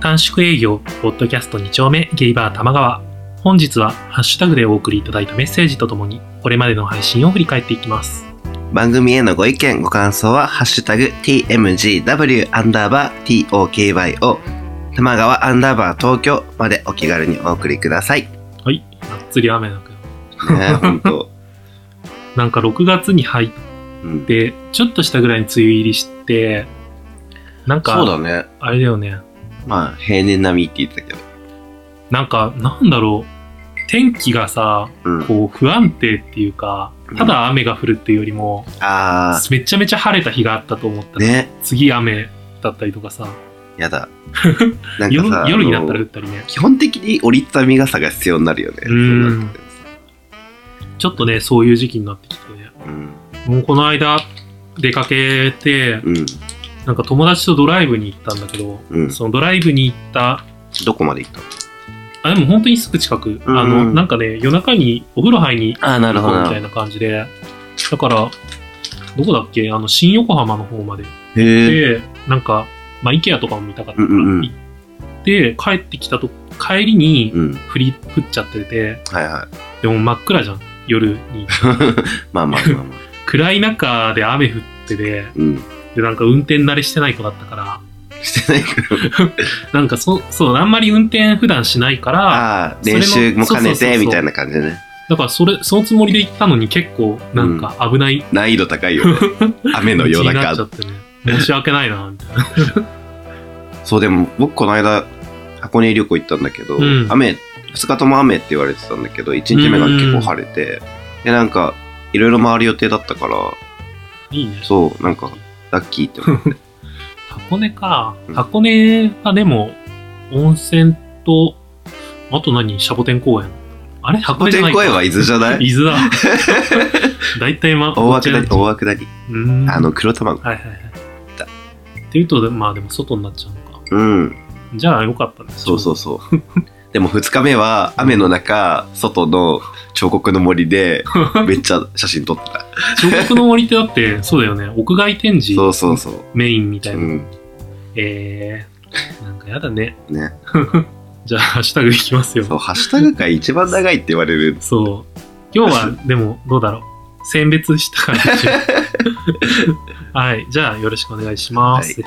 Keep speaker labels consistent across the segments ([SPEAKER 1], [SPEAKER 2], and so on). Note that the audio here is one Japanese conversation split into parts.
[SPEAKER 1] 短縮営業ポッドキャスト2丁目ゲイバー玉川本日はハッシュタグでお送りいただいたメッセージとともにこれまでの配信を振り返っていきます
[SPEAKER 2] 番組へのご意見、ご感想は、ハッシュタグ、tmgw アンダーバー tokyo、玉川アンダーバー東京までお気軽にお送りください。 ね
[SPEAKER 1] はいがっつり雨だけど
[SPEAKER 2] え、ほんと。
[SPEAKER 1] なんか6月に入っ
[SPEAKER 2] うん、
[SPEAKER 1] てちょっとしたぐらいに梅雨入りしてなん
[SPEAKER 2] そうだ
[SPEAKER 1] か
[SPEAKER 2] ね。
[SPEAKER 1] あれだよね
[SPEAKER 2] まあ、平年並みって言ってたけど。
[SPEAKER 1] なんかなんだろう天気がさ
[SPEAKER 2] うん。
[SPEAKER 1] こう不安定っていうかただ雨が降るっていうよりも、
[SPEAKER 2] あ
[SPEAKER 1] めちゃめちゃ晴れた日があったと思った
[SPEAKER 2] ー、
[SPEAKER 1] ら、
[SPEAKER 2] ね。
[SPEAKER 1] 次雨だったりとかさ
[SPEAKER 2] や だ。なん
[SPEAKER 1] 夜夜になったら
[SPEAKER 2] あ
[SPEAKER 1] 降っ
[SPEAKER 2] の
[SPEAKER 1] たりね
[SPEAKER 2] 基本的に折りたたみ傘が必要になるよね。
[SPEAKER 1] うん
[SPEAKER 2] そうなってくる
[SPEAKER 1] ちょっとねそういう時期になってきてね
[SPEAKER 2] うん。
[SPEAKER 1] もうこの間出かけて
[SPEAKER 2] うん。
[SPEAKER 1] なんか友達とドライブに行ったんだけど、
[SPEAKER 2] うん。
[SPEAKER 1] そのドライブに行った
[SPEAKER 2] どこまで行ったの
[SPEAKER 1] あでも本当にすぐ近く、
[SPEAKER 2] うん
[SPEAKER 1] あのなんかね夜中にお風呂入りに
[SPEAKER 2] ああ、な
[SPEAKER 1] 行こうみたいな感じでだからどこだっけあの新横浜の方まで
[SPEAKER 2] へえ。
[SPEAKER 1] で、なんか、まあ、IKEA とかも見たかったから、
[SPEAKER 2] うんうんうん
[SPEAKER 1] 行って、帰ってきたと、帰りに
[SPEAKER 2] うん。
[SPEAKER 1] 降り、降っちゃってて、
[SPEAKER 2] はいはい。
[SPEAKER 1] でも真っ暗じゃん、夜に。
[SPEAKER 2] まあまあまあまあ。
[SPEAKER 1] 暗い中で雨降ってて、
[SPEAKER 2] うん。
[SPEAKER 1] で、なんか運転慣れしてない子だったから、
[SPEAKER 2] してないから。
[SPEAKER 1] なんかそ、そう、あんまり運転普段しないから、
[SPEAKER 2] ああ
[SPEAKER 1] それ
[SPEAKER 2] 練
[SPEAKER 1] の
[SPEAKER 2] 習も兼
[SPEAKER 1] そ
[SPEAKER 2] ね
[SPEAKER 1] うそうそう
[SPEAKER 2] て
[SPEAKER 1] そう
[SPEAKER 2] みたいな感じでね
[SPEAKER 1] だからそれ、そのつもりで行ったのに結構、なんか危ない
[SPEAKER 2] 難易度高いよ ね雨の
[SPEAKER 1] 道
[SPEAKER 2] 夜
[SPEAKER 1] になっちゃ
[SPEAKER 2] 中
[SPEAKER 1] ってね。申し訳ないな、みたい な。
[SPEAKER 2] そうでも僕この間箱根旅行行ったんだけど、
[SPEAKER 1] うん
[SPEAKER 2] 雨2日とも雨って言われてたんだけど1日目が結構晴れて、でなんかいろいろ回る予定だったから
[SPEAKER 1] いいね。
[SPEAKER 2] そうなんかラッキーっ て思う
[SPEAKER 1] 箱根か
[SPEAKER 2] う。ん
[SPEAKER 1] 箱根はでも、温泉と、あと何シャボテン公園。あれ箱根じゃな
[SPEAKER 2] 天
[SPEAKER 1] いか
[SPEAKER 2] 公園は伊豆じゃない
[SPEAKER 1] 伊豆 だ。大体ま、
[SPEAKER 2] 大涌谷
[SPEAKER 1] こっ
[SPEAKER 2] 大涌谷
[SPEAKER 1] ちなんだ
[SPEAKER 2] あ、の黒卵
[SPEAKER 1] うんはいはいはい。っていうと、まあでも外になっちゃうのか。
[SPEAKER 2] うん
[SPEAKER 1] じゃあよかったね。
[SPEAKER 2] そうそうそう でも2日目は雨の中外の彫刻の森でめっちゃ写真撮ってた
[SPEAKER 1] 彫刻の森ってだって、そうだよね。屋外展示
[SPEAKER 2] そうそうそう
[SPEAKER 1] メインみたいうな。
[SPEAKER 2] ん
[SPEAKER 1] えー、なんかやだね。
[SPEAKER 2] ね
[SPEAKER 1] じゃあ、ハッシュタグいきますよ。
[SPEAKER 2] そう、ハッシュタグが一番長いって言われる。
[SPEAKER 1] そう。今日 は、でも、どうだろう。選別したからでしょはい。じゃあ、よろしくお願いします。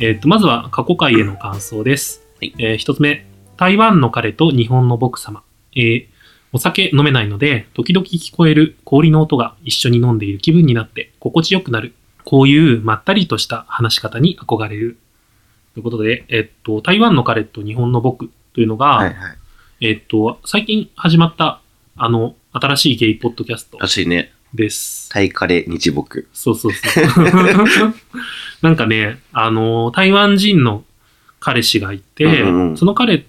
[SPEAKER 1] えーっと、まずは、過去回への感想です。
[SPEAKER 2] はい
[SPEAKER 1] えー一つ目、台湾の彼と日本の僕様。えーお酒飲めないので、時々聞こえる氷の音が一緒に飲んでいる気分になって、心地よくなる。こういうまったりとした話し方に憧れる。ということで、えーっと、台湾の彼と日本の僕というのが、
[SPEAKER 2] はいはい。
[SPEAKER 1] えっと、最近始まった、あの、新しいゲイポッドキャスト
[SPEAKER 2] らしいね。
[SPEAKER 1] です。
[SPEAKER 2] タイカレ日木。
[SPEAKER 1] そうそう そう。なんかね、あの、台湾人の彼氏がいて、
[SPEAKER 2] うんうんうん
[SPEAKER 1] その彼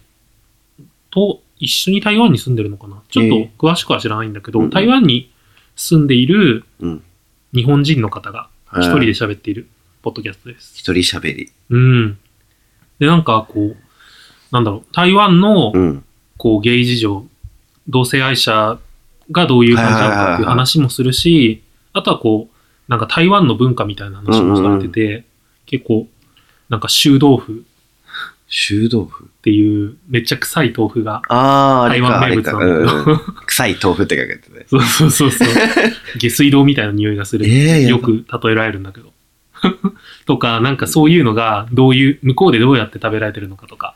[SPEAKER 1] と一緒に台湾に住んでるのかなちょっ
[SPEAKER 2] ええ
[SPEAKER 1] と詳しくは知らないんだけど、
[SPEAKER 2] うんうん
[SPEAKER 1] 台湾に住んでいる
[SPEAKER 2] うん。
[SPEAKER 1] 日本人の方が一人で
[SPEAKER 2] で。
[SPEAKER 1] 喋っているポッドキャストです。
[SPEAKER 2] 一人喋り。
[SPEAKER 1] うん。で、なんかこう、なんだろう、台湾の、
[SPEAKER 2] うん。
[SPEAKER 1] こう、ゲイ事情、同性愛者がどういう感じなのかっていう話もするし、あとはこう、なんか台湾の文化みたいな話もされてて、結構、なんか臭豆腐
[SPEAKER 2] 臭豆腐。
[SPEAKER 1] っていう、めっちゃ臭い豆腐が、
[SPEAKER 2] ああ、あれ
[SPEAKER 1] 台
[SPEAKER 2] か、
[SPEAKER 1] 湾
[SPEAKER 2] あ
[SPEAKER 1] 名
[SPEAKER 2] れ
[SPEAKER 1] 物な
[SPEAKER 2] か。う
[SPEAKER 1] だ
[SPEAKER 2] ん
[SPEAKER 1] けど
[SPEAKER 2] んうん。臭い豆腐って書いてたね。
[SPEAKER 1] そうそうそうそう、下水道みたいな匂いがする。
[SPEAKER 2] ええ
[SPEAKER 1] よく例えられるんだけど。 とか、なんかそういうのが、どういう、向こうでどうやって食べられてるのかとか、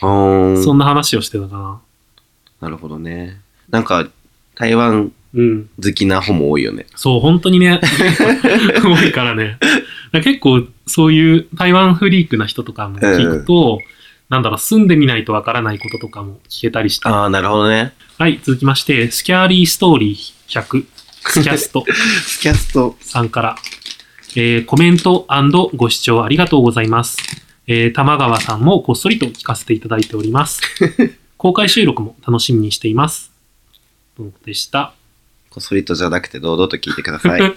[SPEAKER 2] ほー
[SPEAKER 1] そ
[SPEAKER 2] ん。
[SPEAKER 1] んな話をしてたかな。
[SPEAKER 2] なるほどね。なんか、台湾
[SPEAKER 1] うん。
[SPEAKER 2] 好きな方も多いよね。
[SPEAKER 1] そう、本当にね、多いからね。だから結構、そういう台湾フリークな人とかも聞くと、なんだろう、住んでみないとわからないこととかも聞けたりして。
[SPEAKER 2] ああ、なるほどね。
[SPEAKER 1] はい、続きまして、スキャーリーストーリー100、スキャスト
[SPEAKER 2] スキャスト。
[SPEAKER 1] さんから、えーコメントご視聴ありがとうございます。えー玉川さんもこっそりと聞かせていただいております。公開収録も楽しみにしています。とのことでした。
[SPEAKER 2] こっそりとじゃなくて堂々と聞いてくだ さい。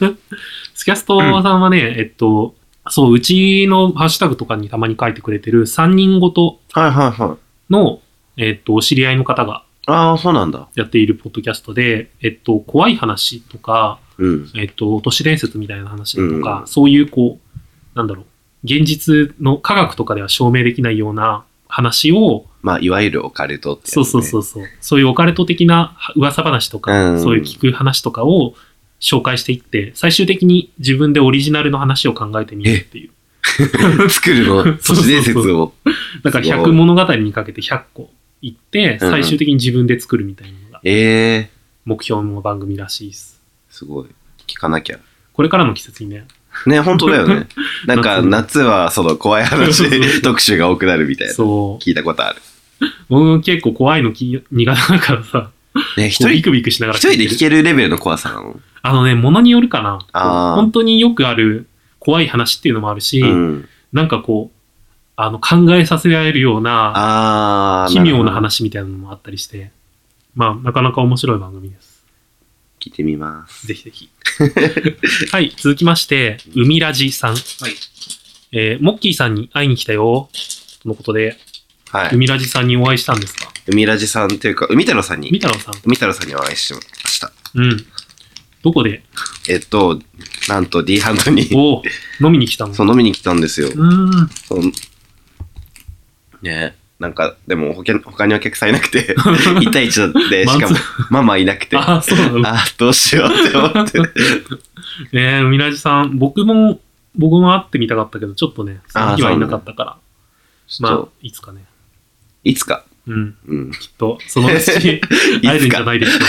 [SPEAKER 1] スキャストさんはね、えっと、そう、うちのハッシュタグとかにたまに書いてくれてる3人ごと
[SPEAKER 2] はいはいはい。
[SPEAKER 1] の、えっと、お知り合いの方が
[SPEAKER 2] ああ、そうなんだ。
[SPEAKER 1] やっているポッドキャストで、えっと、怖い話とか、
[SPEAKER 2] うん。
[SPEAKER 1] えっと、都市伝説みたいな話だとか、
[SPEAKER 2] うん
[SPEAKER 1] そういうこう、なんだろう、現実の科学とかでは証明できないような話を、
[SPEAKER 2] まあ、いわゆるオカルトってやつ
[SPEAKER 1] そう
[SPEAKER 2] ね、
[SPEAKER 1] そうそうそう、そういうオカルト的な噂話とか、
[SPEAKER 2] うん
[SPEAKER 1] そういう聞く話とかを紹介していって、最終的に自分でオリジナルの話を考えてみるっていう。
[SPEAKER 2] 作るの、都市伝説を。
[SPEAKER 1] だから
[SPEAKER 2] すご
[SPEAKER 1] 100
[SPEAKER 2] い
[SPEAKER 1] 物語にかけて100個いって、
[SPEAKER 2] うん
[SPEAKER 1] 最終的に自分で作るみたいなのが
[SPEAKER 2] ええ
[SPEAKER 1] 目標の番組らしいです。
[SPEAKER 2] すごい。聞かなきゃ。
[SPEAKER 1] これからの季節にね、
[SPEAKER 2] ね、本当だよね。 なんか、夏はその怖い話特集が多くなるみたいな。
[SPEAKER 1] そう、
[SPEAKER 2] 聞いたことある。
[SPEAKER 1] 僕結構怖いのき苦手だからさ、
[SPEAKER 2] ね、一
[SPEAKER 1] こうビ
[SPEAKER 2] 人、
[SPEAKER 1] クビクしながら
[SPEAKER 2] 一人で聞
[SPEAKER 1] る。
[SPEAKER 2] けるレベルの怖さなの。
[SPEAKER 1] あのね、ものによるかな。
[SPEAKER 2] あー
[SPEAKER 1] 本当によくある怖い話っていうのもあるし、
[SPEAKER 2] うん。
[SPEAKER 1] なんかこう、あの、考えさせられるような、
[SPEAKER 2] あー。
[SPEAKER 1] 奇妙な
[SPEAKER 2] るほど。
[SPEAKER 1] 話みたいなのもあったりして、まあ、なかなか面白い番組です。
[SPEAKER 2] 聞いてみます。
[SPEAKER 1] ぜひぜひ。 はい、続きまして、海ラジさん。
[SPEAKER 2] い
[SPEAKER 1] えーモッキーさんに会いに来たよ。とのことで、
[SPEAKER 2] はい。
[SPEAKER 1] 海ラジさんにお会いしたんですか
[SPEAKER 2] 海ラジさんというか、海太郎さん
[SPEAKER 1] み
[SPEAKER 2] に、
[SPEAKER 1] たろうさん。
[SPEAKER 2] 海太郎さんにお会いしました。
[SPEAKER 1] うん。どこで
[SPEAKER 2] えっと、なんと D ハンドに、
[SPEAKER 1] おー飲みに来たの
[SPEAKER 2] そう飲みに来たんですよ。
[SPEAKER 1] うーん。
[SPEAKER 2] そうねなんか、でも他に他にお客さんいなく て、1対1で、しかも
[SPEAKER 1] マン
[SPEAKER 2] ママいなくて、あ
[SPEAKER 1] あ、そうなの
[SPEAKER 2] あ、どうしようって思って。
[SPEAKER 1] ねえ、海ラジさん、僕も、僕も会ってみたかったけど、ちょっとね、その日はいなかったから、まあ
[SPEAKER 2] そう、
[SPEAKER 1] いつかね。
[SPEAKER 2] いつか、
[SPEAKER 1] うん、
[SPEAKER 2] うん、
[SPEAKER 1] きっと、その うち会えるんじゃないでしょ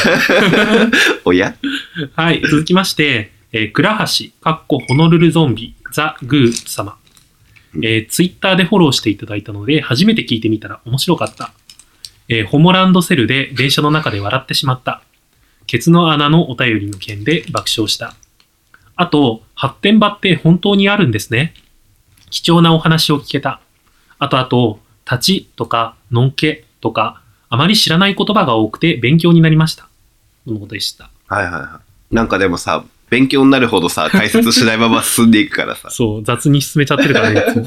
[SPEAKER 2] おや
[SPEAKER 1] うか。はい、続きまして、えー、倉橋、かっこホノルルゾンビ、ザ・グー様。えー、ツイッターでフォローしていただいたので、初めて聞いてみたら面白かった。えー、ホモランドセルで電車の中で笑ってしまった。ケツの穴のお便りの件で爆笑した。あと、発展場って本当にあるんですね。貴重なお話を聞けた。あとあと、立ちとか、のんけとか、あまり知らない言葉が多くて勉強になりました。とのことでした。
[SPEAKER 2] はいはいはい。なんかでもさ、勉強になるほどさ、解説しないまま進んでいくからさ。
[SPEAKER 1] そう、雑に進めちゃってるからね、いつも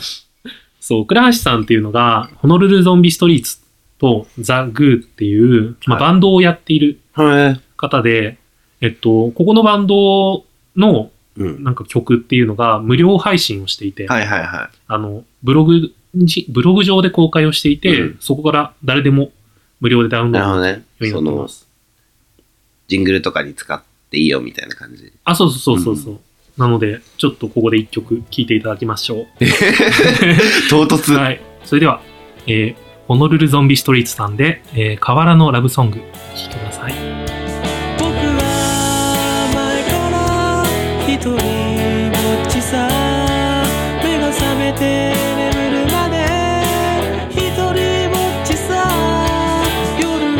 [SPEAKER 1] そう、倉橋さんっていうのが、ホノルルゾンビストリーツとザ・グーっていう、まあ、
[SPEAKER 2] は
[SPEAKER 1] バンドをやっている
[SPEAKER 2] はい。
[SPEAKER 1] 方で、えっと、ここのバンドの
[SPEAKER 2] うん。
[SPEAKER 1] なんか曲っていうのが無料配信をしていて、
[SPEAKER 2] はいはいは
[SPEAKER 1] あの、ブログに、ブログ上で公開をしていて、
[SPEAKER 2] うん
[SPEAKER 1] そこから誰でも無料でダウ
[SPEAKER 2] い。
[SPEAKER 1] ンロ
[SPEAKER 2] なるほ
[SPEAKER 1] ード
[SPEAKER 2] どね。
[SPEAKER 1] 読
[SPEAKER 2] そ
[SPEAKER 1] みま
[SPEAKER 2] の、
[SPEAKER 1] す。
[SPEAKER 2] ジングルとかに使っていいよみたいな感じ。
[SPEAKER 1] あ、そうそうそうそうそう。なので、ちょっとここで一曲聴いていただきましょ う。
[SPEAKER 2] 唐突。
[SPEAKER 1] はい。それでは、えーホノルルゾンビストリートさんで、えー、河原のラブソング、聴いてください。
[SPEAKER 3] 僕は前から一人ぼっちさ目が覚めて眠るまで一人ぼっちさ夜は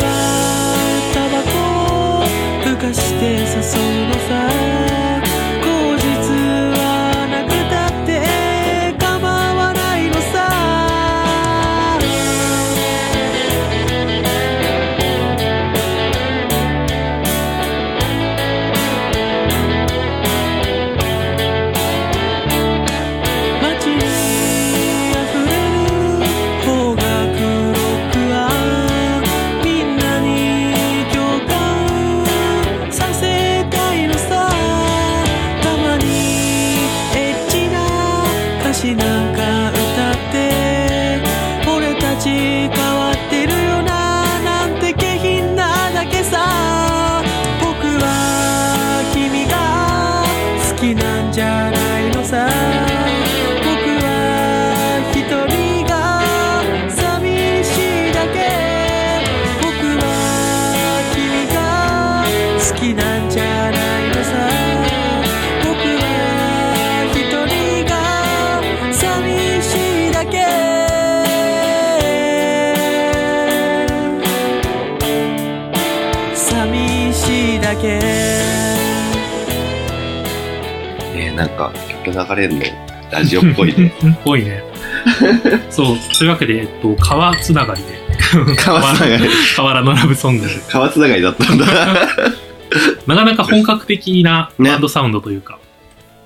[SPEAKER 3] タバコをふかして誘うのさ口実はなくたって構わないのさ街に溢れる方角ロックはみんなに共感させたいのさたまにエッチな歌詞なんか歌って俺たち変わってるよななんて下品なだけさ僕は君が好きなんじゃないのさ僕は一人が寂しいだけ僕は君が好きなんじゃないのさ僕は一人が寂しいだけ寂しいだけ
[SPEAKER 2] えー、なんか曲流れるのラジオっぽいね。
[SPEAKER 1] うん ぽいね。そう、というわけで、えっと、川つながりで、
[SPEAKER 2] 川つながり。
[SPEAKER 1] 河原のラブソング。
[SPEAKER 2] 川つながりだったんだ。
[SPEAKER 1] なかなか本格的なバンドサウンドというか、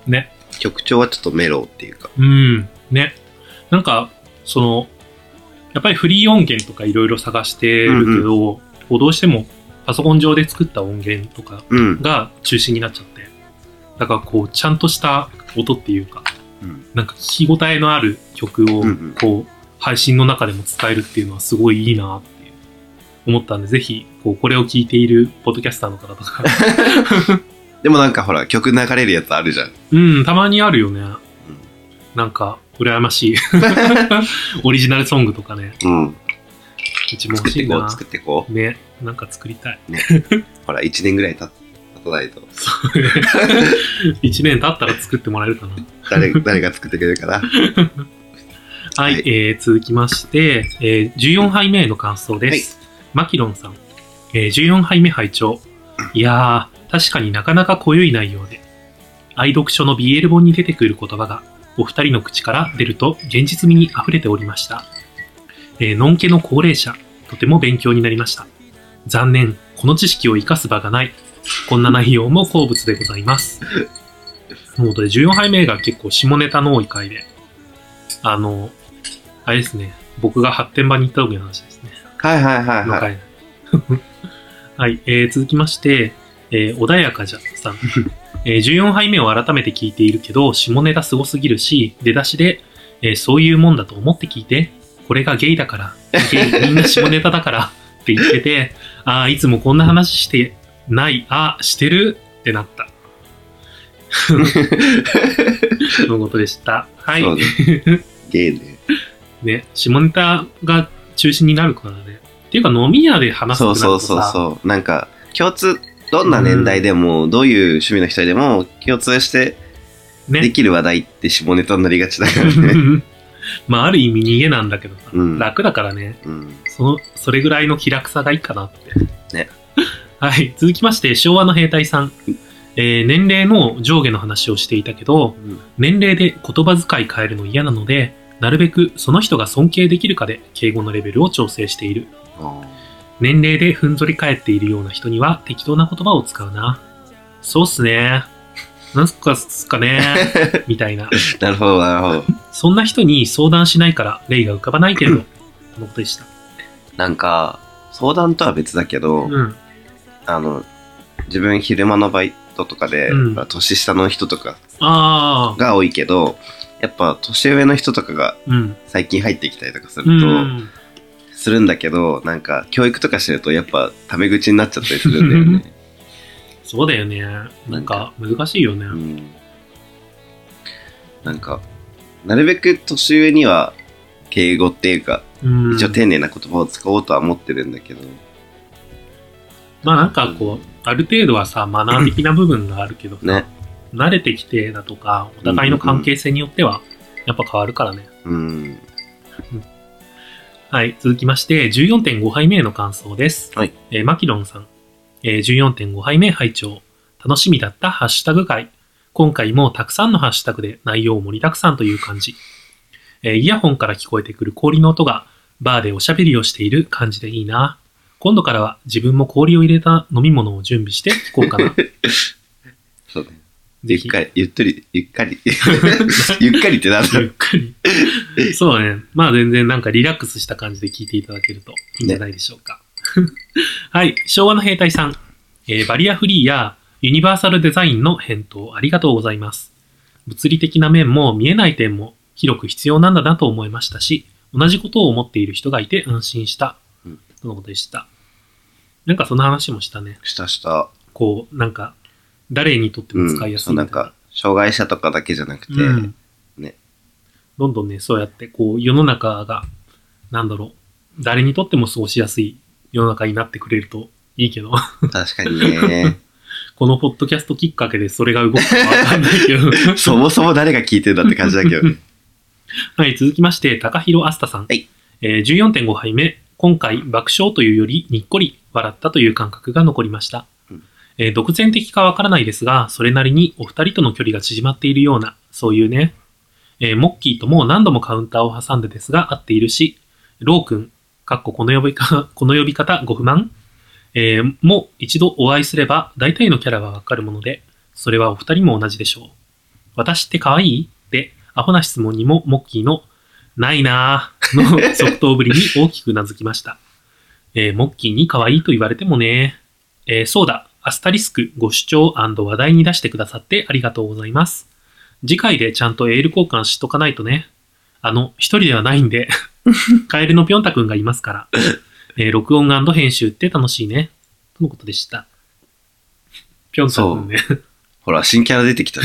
[SPEAKER 1] ね。
[SPEAKER 2] 曲調はちょっとメロっていうか。
[SPEAKER 1] うん、ね。なんか、その、やっぱりフリー音源とかいろいろ探してるけど、こうどうしてもパソコン上で作った音源とか
[SPEAKER 2] うん。
[SPEAKER 1] が中心になっちゃって、だからこう、ちゃんとした音っていうか、
[SPEAKER 2] うん
[SPEAKER 1] なんか聞き応えのある曲を
[SPEAKER 2] うんうん、
[SPEAKER 1] こう、配信の中でも使えるっていうのはすごいいいなって思ったんで、ぜひ、こう、これを聞いているポッドキャスターの方と か、
[SPEAKER 2] でもなんかほら、曲流れるやつあるじゃん。
[SPEAKER 1] うん、たまにあるよね。なんか、羨ま しい。オリジナルソングとかね、
[SPEAKER 2] うん。
[SPEAKER 1] うちも
[SPEAKER 2] 作
[SPEAKER 1] 欲
[SPEAKER 2] っ
[SPEAKER 1] してい
[SPEAKER 2] こう、
[SPEAKER 1] な。
[SPEAKER 2] 作ってこう。
[SPEAKER 1] ね、なんか作りたい。
[SPEAKER 2] ほら、1年ぐらい経たないと、
[SPEAKER 1] 1年経ったら作ってもらえるかな。
[SPEAKER 2] 誰、誰が作ってくれるかな。
[SPEAKER 1] はい、
[SPEAKER 2] はい
[SPEAKER 1] えー続きまして、えー14杯目の感想です。マキロンさん、えー14杯目拝聴いやー、確かになかなか濃ゆい内容で、愛読書の BL 本に出てくる言葉が、お二人の口から出ると現実味に溢れておりました。えー、のんけの高齢者、とても勉強になりました。残念、この知識を活かす場がない。こんな内容も好物でございます。もうこれ14杯目が結構下ネタの多い回で、あの、あれですね。僕が発展場に行った時の話ですね。
[SPEAKER 2] はいはいはい
[SPEAKER 1] の
[SPEAKER 2] は。
[SPEAKER 1] 回 はい、えー続きまして、えー穏やかじゃさん。えー14杯目を改めて聞いているけど、下ネタすごすぎるし、出だしで、えーそういうもんだと思って聞いて、これがゲイだから、ゲイみんな下ネタだから って言ってて、ああ、いつもこんな話してない、ああ、してるってなった。のことでした。はいい
[SPEAKER 2] そう。ね。 ゲイね。
[SPEAKER 1] ね、下ネタが中心になるからね。っていうか飲み屋で話すって
[SPEAKER 2] そ
[SPEAKER 1] な
[SPEAKER 2] う
[SPEAKER 1] る
[SPEAKER 2] そ
[SPEAKER 1] と
[SPEAKER 2] うそう
[SPEAKER 1] さ、
[SPEAKER 2] そう。なんか、共通、どんな年代でも、どういう趣味の人でも、共通してで
[SPEAKER 1] ね。
[SPEAKER 2] きる話題って下ネタになりがちだから ね。
[SPEAKER 1] まあある意味逃げなんだけどさ、
[SPEAKER 2] うん
[SPEAKER 1] 楽だからね、
[SPEAKER 2] うん。
[SPEAKER 1] その、それぐらいの気楽さがいいかなって。
[SPEAKER 2] ね。
[SPEAKER 1] はい、続きまして、昭和の兵隊さん。えー年齢の上下の話をしていたけど、年齢で言葉遣い変えるの嫌なので、なるべくその人が尊敬できるかで敬語のレベルを調整している。
[SPEAKER 2] あ
[SPEAKER 1] 年齢でふんぞり返っているような人には適当な言葉を使うな。そうっすね。なんすかっすか ね。みたいな。
[SPEAKER 2] ーなるほど、なるほど。
[SPEAKER 1] そんな人に相談しないから例が浮かばないけれど、このことでした。
[SPEAKER 2] なんか、相談とは別だけど、
[SPEAKER 1] うん。
[SPEAKER 2] あの、自分昼間のバイトとかで、
[SPEAKER 1] うん
[SPEAKER 2] まあ年下の人とか
[SPEAKER 1] ああ。
[SPEAKER 2] が多いけど、やっぱ年上の人とかが
[SPEAKER 1] うん。
[SPEAKER 2] 最近入ってきたりとかす
[SPEAKER 1] う
[SPEAKER 2] ると、
[SPEAKER 1] ん。
[SPEAKER 2] するんだけど、なんか教育とかしてるとやっぱタメ口になっちゃったりするんだよね。
[SPEAKER 1] そうだよね。なんか難しいよね。
[SPEAKER 2] うんなんか、なるべく年上には敬語っていうか、
[SPEAKER 1] うん。
[SPEAKER 2] 一応丁寧な言葉を使おうとは思ってるんだけど、
[SPEAKER 1] まあなんかこう、ある程度はさ、マナー的な部分があるけど、
[SPEAKER 2] ね。
[SPEAKER 1] 慣れてきてだとか、お互いの関係性によっては、やっぱ変わるからね。
[SPEAKER 2] うん。
[SPEAKER 1] はい、続きまして、14.5杯目への感想です。
[SPEAKER 2] はい。
[SPEAKER 1] えーマキロンさん。えー、14.5杯目拝聴楽しみだったハッシュタグ会。今回もたくさんのハッシュタグで内容盛りだくさんという感じ。えーイヤホンから聞こえてくる氷の音が、バーでおしゃべりをしている感じでいいな。今度からは自分も氷を入れた飲み物を準備して聞こうか な。
[SPEAKER 2] そうね。
[SPEAKER 1] ぜ
[SPEAKER 2] ゆ
[SPEAKER 1] ひ
[SPEAKER 2] っかり、ゆっとり、ゆっかり。 ゆっかりってなんだ
[SPEAKER 1] ゆっくり。 そうだね。まあ全然なんかリラックスした感じで聞いていただけるといいんじゃないでしょうか。 はい。昭和の兵隊さん、えーバリアフリーやユニバーサルデザインの返答ありがとうございます。物理的な面も見えない点も広く必要なんだなと思いましたし、同じことを思っている人がいて安心した
[SPEAKER 2] うん。
[SPEAKER 1] とのことでした。なんかその話もしたね。
[SPEAKER 2] したした。
[SPEAKER 1] こう、なんか、誰にとって
[SPEAKER 2] う
[SPEAKER 1] も
[SPEAKER 2] ん。
[SPEAKER 1] 使いやす
[SPEAKER 2] そ
[SPEAKER 1] いうみた
[SPEAKER 2] ないんか、障害者とかだけじゃなくて、
[SPEAKER 1] うん
[SPEAKER 2] ね
[SPEAKER 1] どんどんね、そうやって、こう、世の中が、なんだろう、誰にとっても過ごしやすい世の中になってくれるといいけど、
[SPEAKER 2] 確かにね。
[SPEAKER 1] このポッドキャストきっかけでそれが動くかわかんないけど。
[SPEAKER 2] そもそも誰が聞いてんだって感じだけどね。
[SPEAKER 1] はい、続きまして、高弘あすたさん。
[SPEAKER 2] はい
[SPEAKER 1] えー14.5杯目。今回、爆笑というより、にっこり笑ったという感覚が残りました。
[SPEAKER 2] うん
[SPEAKER 1] えー独善的かわからないですが、それなりにお二人との距離が縮まっているような、そういうね。えーモッキーとも何度もカウンターを挟んでですが、合っているし、ロー君、かっここの呼びか、 この呼び方ご不満えーもう一度お会いすれば、大体のキャラはわかるもので、それはお二人も同じでしょう。私って可愛いって、アホな質問にもモッキーの、ないなぁの即答ぶりに大きくうなずきました。えーモッキーに可愛いと言われてもね。えーそうだ、アスタリスクご主張話題に出してくださってありがとうございます。次回でちゃんとエール交換しとかないとね。あの、一人ではないんで、カエルのぴょんたくんがいますから、えー録音編集って楽しいね。とのことでした。ぴょんたくんね。
[SPEAKER 2] ほら、新キャラ出てきた。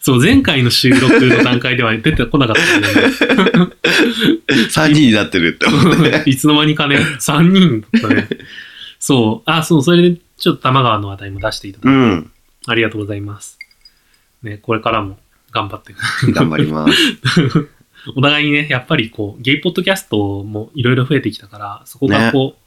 [SPEAKER 1] そう、前回の収録の段階で は出てこなかったんだよね。
[SPEAKER 2] 3人になってるって思って。
[SPEAKER 1] いつの間にかね、3人だったね。そう。あ、そう、それでちょっと玉川の話題も出していただいて
[SPEAKER 2] うん。
[SPEAKER 1] ありがとうございます。ね、これからも頑張って。
[SPEAKER 2] 頑張り ます。
[SPEAKER 1] お互いにね、やっぱりこう、ゲイポッドキャストもいろいろ増えてきたから、そこがこう、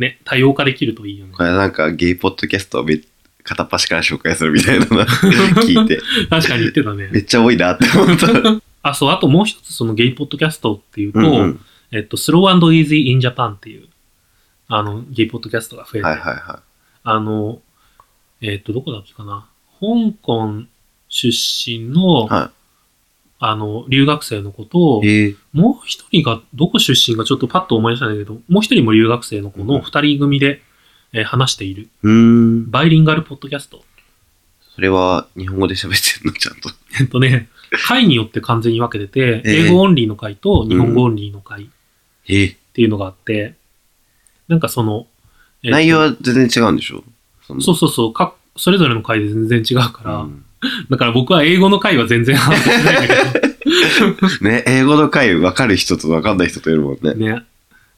[SPEAKER 1] ね多様化できるといいよね
[SPEAKER 2] こ。れなんかゲイポッドキャストをめ片っ端から紹介するみたいな の聞いて、
[SPEAKER 1] 確かに言ってたね
[SPEAKER 2] め。っちゃ多いなって思った。
[SPEAKER 1] あ、そう、あともう一つそのゲイポッドキャストっていうと、
[SPEAKER 2] うんうん。
[SPEAKER 1] えっと、スローイージーインジャパンっていう、あの、ゲイポッドキャストが増えて、
[SPEAKER 2] はいはいは
[SPEAKER 1] あの、えっと、どこだっけかな。香港出身の、
[SPEAKER 2] は
[SPEAKER 1] あの、留学生のことを
[SPEAKER 2] い。、えー、
[SPEAKER 1] もう一人が、どこ出身かちょっとパッと思い出したんだけど、もう一人も留学生の子
[SPEAKER 2] う
[SPEAKER 1] の
[SPEAKER 2] ん
[SPEAKER 1] 二人組で、えー話している、
[SPEAKER 2] うーん。
[SPEAKER 1] バイリンガルポッドキャスト。
[SPEAKER 2] それは日本語で喋ってんのちゃんと。
[SPEAKER 1] えっと ね、回によって完全に分けてて、
[SPEAKER 2] ええ
[SPEAKER 1] 英語オンリーの回と日本語オンリーの回っ
[SPEAKER 2] えー、
[SPEAKER 1] ていうのがあって、なんかその、えっと
[SPEAKER 2] 内容は全然違うんでしょその
[SPEAKER 1] そうそうそう、かそれぞれの回で全然違うから、
[SPEAKER 2] うん
[SPEAKER 1] だから僕は英語の回は全然把握してないんだけ
[SPEAKER 2] ね、英語の回分かる人と分かんない人といるもんね
[SPEAKER 1] ど。ね。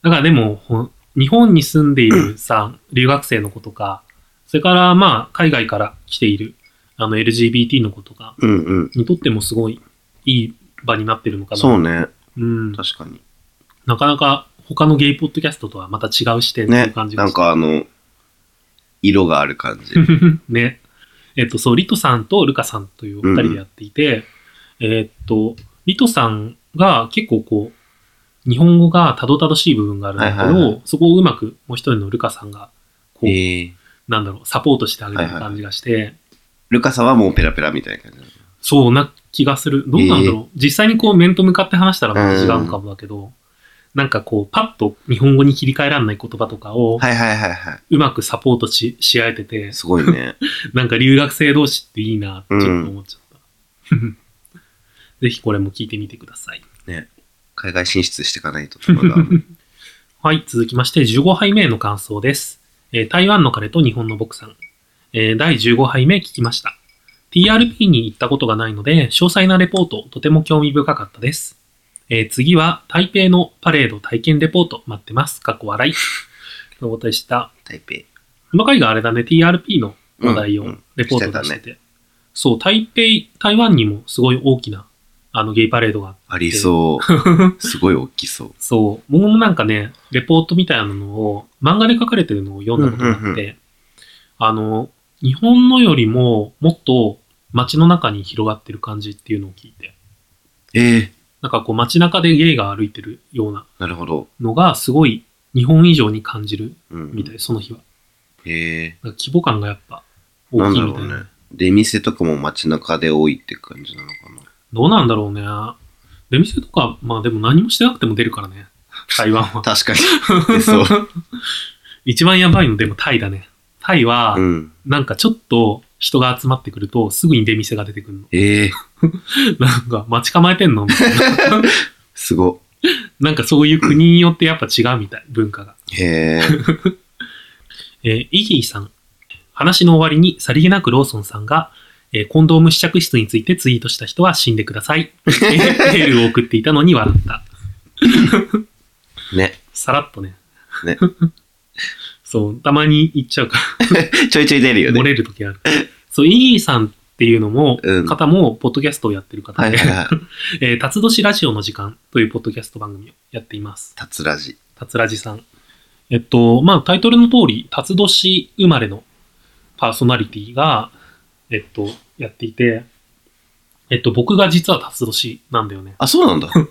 [SPEAKER 1] だからでも、ほん日本に住んでい るさ、留学生の子とか、それからまあ、海外から来ている、あの、LGBT の子とか、
[SPEAKER 2] うんうん。
[SPEAKER 1] にとってもすごいいい場になってるのかな。
[SPEAKER 2] そうね。
[SPEAKER 1] うん。
[SPEAKER 2] 確かに。
[SPEAKER 1] なかなか他のゲイポッドキャストとはまた違う視点ってい
[SPEAKER 2] ね
[SPEAKER 1] う感。じ
[SPEAKER 2] な
[SPEAKER 1] が
[SPEAKER 2] ん
[SPEAKER 1] して。
[SPEAKER 2] かあの、色がある感じ。
[SPEAKER 1] ね。えっと、そう、リトさんとルカさんというお二人でやっていて、えっと、リトさんが結構こう、日本語がたどたどしい部分があるんだけど、
[SPEAKER 2] はいはいは
[SPEAKER 1] そこをうまくもう一人のルカさんが、こう、
[SPEAKER 2] ええ
[SPEAKER 1] なんだろう、サポートしてあげてる感じがして、
[SPEAKER 2] ルカさんはもうペラペラみたいな感じなの。
[SPEAKER 1] そうな気がする。どうなんだろう。実際にこう面と向かって話したらまた違うのかもだけど、なんかこう、パッと日本語に切り替えられない言葉とかを、
[SPEAKER 2] はいはいはいは
[SPEAKER 1] うまくサポートしし合えてて
[SPEAKER 2] い。、すごい ね。
[SPEAKER 1] なんか留学生同士っていいなってちょっと思っちゃった。 ぜひこれも聞いてみてください。
[SPEAKER 2] 海外進出していかないと。まだ
[SPEAKER 1] はい、続きまして15杯目の感想です。えー台湾の彼と日本の僕さん。えー第15杯目聞きました。TRP に行ったことがないので、詳細なレポートとても興味深かったです。えー次は台北のパレード体験レポート待ってます。かっこ 笑い。ということでした。
[SPEAKER 2] 台北。
[SPEAKER 1] この回があれだね、TRP の
[SPEAKER 2] う
[SPEAKER 1] 話
[SPEAKER 2] ん
[SPEAKER 1] 題を
[SPEAKER 2] うん
[SPEAKER 1] レポート出
[SPEAKER 2] し
[SPEAKER 1] してて
[SPEAKER 2] た
[SPEAKER 1] て。そう、台北、台湾にもすごい大きなあのゲイパレードがあって
[SPEAKER 2] ありそう。すごい大きそう。
[SPEAKER 1] そう、僕もなんかね、レポートみたいなのを、漫画で書かれてるのを読んだことがあって、
[SPEAKER 2] うんうんう
[SPEAKER 1] あの、日本のよりももっと街の中に広がってる感じっていうのを聞いて、
[SPEAKER 2] ええ
[SPEAKER 1] なんかこう街中でゲイが歩いてるような
[SPEAKER 2] なるほど。
[SPEAKER 1] のがすごい日本以上に感じる
[SPEAKER 2] うん。
[SPEAKER 1] みたい、その日は。
[SPEAKER 2] へえ
[SPEAKER 1] なんか規模感がやっぱ
[SPEAKER 2] な
[SPEAKER 1] 大
[SPEAKER 2] ん
[SPEAKER 1] きい
[SPEAKER 2] だ
[SPEAKER 1] み
[SPEAKER 2] ろ
[SPEAKER 1] たいな。
[SPEAKER 2] うね。出店とかも街中で多いって感じなのかな。
[SPEAKER 1] どうなんだろうね。出店とか、まあでも何もしてなくても出るからね。台湾は。
[SPEAKER 2] 確かに。出そう。
[SPEAKER 1] 一番やばいのでもタイだね。タイは、
[SPEAKER 2] うん。
[SPEAKER 1] なんかちょっと人が集まってくるとすぐに出店が出てくるの。
[SPEAKER 2] ええ
[SPEAKER 1] なんか待ち構えてんのみたいな。
[SPEAKER 2] すご。
[SPEAKER 1] なんかそういう国によってやっぱ違うみたい、文化が。
[SPEAKER 2] へえ
[SPEAKER 1] えーイギーさん。話の終わりにさりげなくローソンさんが、えーコンドーム試着室についてツイートした人は死んでください。えーメールを送っていたのに笑った。
[SPEAKER 2] ね。
[SPEAKER 1] さらっとね。
[SPEAKER 2] ね
[SPEAKER 1] そう、たまに行っちゃうから。
[SPEAKER 2] ちょいちょい出るよ
[SPEAKER 1] 漏
[SPEAKER 2] ね。
[SPEAKER 1] れる時ある。そう、イギーさんっていうのも、
[SPEAKER 2] うん
[SPEAKER 1] 方も、ポッドキャストをやってる方
[SPEAKER 2] はい
[SPEAKER 1] で、
[SPEAKER 2] はいはい。
[SPEAKER 1] えー、辰年ラジオの時間というポッドキャスト番組をやっています。
[SPEAKER 2] たつら じ。
[SPEAKER 1] 辰ラジさん。えっと、まあ、タイトルの通り、辰年生まれのパーソナリティが、えっと、やっていて、えっと、僕が実は辰年なんだよね。
[SPEAKER 2] あ、そうなんだ。
[SPEAKER 1] だか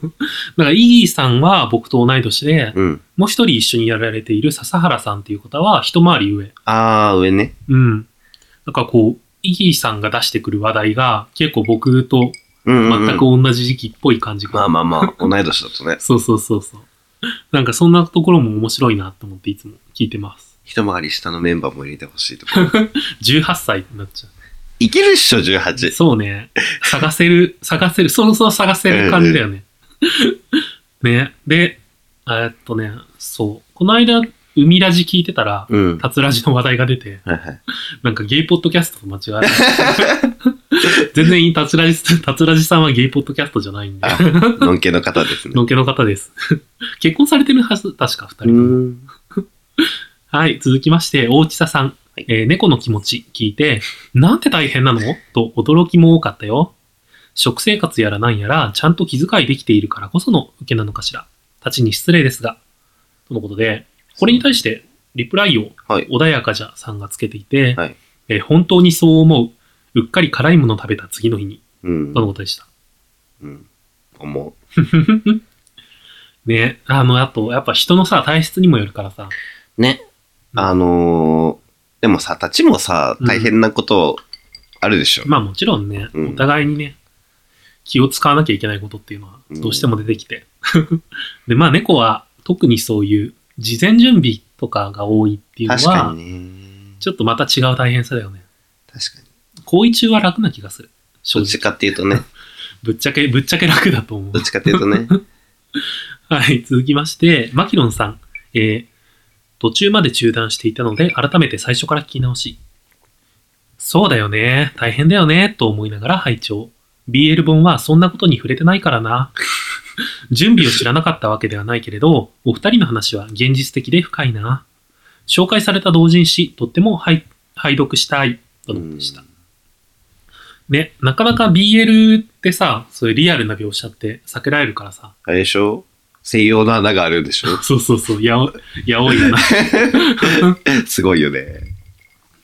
[SPEAKER 1] ら、イギーさんは僕と同い年で、
[SPEAKER 2] うん。
[SPEAKER 1] もう一人一緒にやられている笹原さんという方は一回り上。
[SPEAKER 2] ああ、上ね。
[SPEAKER 1] うん。なんかこう、イギーさんが出してくる話題が、結構僕と
[SPEAKER 2] うんうん、うん。
[SPEAKER 1] 全く同じ時期っぽい感じが、
[SPEAKER 2] まあまあまあ、同い年だとね。
[SPEAKER 1] そうそうそうそう。なんかそんなところも面白いなと思っていつも聞いてます。
[SPEAKER 2] 一回り下のメンバーも入れてほしい とか。
[SPEAKER 1] 18歳になっちゃ
[SPEAKER 2] いけるっしょ、
[SPEAKER 1] う。
[SPEAKER 2] 18。
[SPEAKER 1] そうね。 探せる、探せる、そろそろ探せる感じだよね。ね。で、えーっとね、そう。この間、海ラジ聞いてたら、
[SPEAKER 2] うん。
[SPEAKER 1] タツラジの話題が出て、
[SPEAKER 2] はいはい。
[SPEAKER 1] なんかゲイポッドキャストと間違えられ た全然いいタツラジ、タツラジさんはゲイポッドキャストじゃないんで、
[SPEAKER 2] あのんけの方ですね
[SPEAKER 1] の。んけの方です。結婚されてるはず、確か二人
[SPEAKER 2] う
[SPEAKER 1] とも。
[SPEAKER 2] ん。
[SPEAKER 1] はい、続きまして、大地佐さん。
[SPEAKER 2] はい
[SPEAKER 1] えー猫の気持ち聞いて、なんて大変なのと驚きも多かったよ。食生活やらなんやら、ちゃんと気遣いできているからこその受けなのかしら。たちに失礼ですが。とのことで、これに対して、リプライを
[SPEAKER 2] はい
[SPEAKER 1] 穏やかじゃさんがつけていて、
[SPEAKER 2] はい
[SPEAKER 1] えー本当にそう思う。うっかり辛いもの食べた次の日に。
[SPEAKER 2] うん
[SPEAKER 1] と。のことでした。
[SPEAKER 2] うん。思う。
[SPEAKER 1] ねあの、あと、やっぱ人のさ、体質にもよるからさ。
[SPEAKER 2] ね。
[SPEAKER 1] うん
[SPEAKER 2] あのーでもさ、たちもさ、大変なことあるでしょ。
[SPEAKER 1] まあもちろんね、
[SPEAKER 2] うん
[SPEAKER 1] お互いにね、気を使わなきゃいけないことっていうのは
[SPEAKER 2] うん
[SPEAKER 1] どうしても出てきて。 で、まあ猫は特にそういう事前準備とかが多いっていうの
[SPEAKER 2] 確か
[SPEAKER 1] は、
[SPEAKER 2] にね。
[SPEAKER 1] ちょっとまた違う大変さだよね。
[SPEAKER 2] 確かに。
[SPEAKER 1] 行為中は楽な気がする。正
[SPEAKER 2] どっち
[SPEAKER 1] 直。
[SPEAKER 2] かっていうとね、
[SPEAKER 1] ぶっちゃけ、ぶっちゃけ楽だと思う
[SPEAKER 2] どっ。ちかっていう とね。
[SPEAKER 1] はい、続きまして、マキロンさん。えー途中まで中断していたので、改めて最初から聞き直し。そうだよね、大変だよね、と思いながら拝聴。BL 本はそんなことに触れてないからな。 準備を知らなかったわけではないけれど、お二人の話は現実的で深いな。紹介された同人誌、とっても拝拝読したい、とのことでした。ね、なかなか BL ってさ、そういうリアルな描写って避けられるからさ、
[SPEAKER 2] あれでしょ西洋の穴があるでしょ
[SPEAKER 1] そうそうそう、やお、やおいだな。
[SPEAKER 2] すごいよね。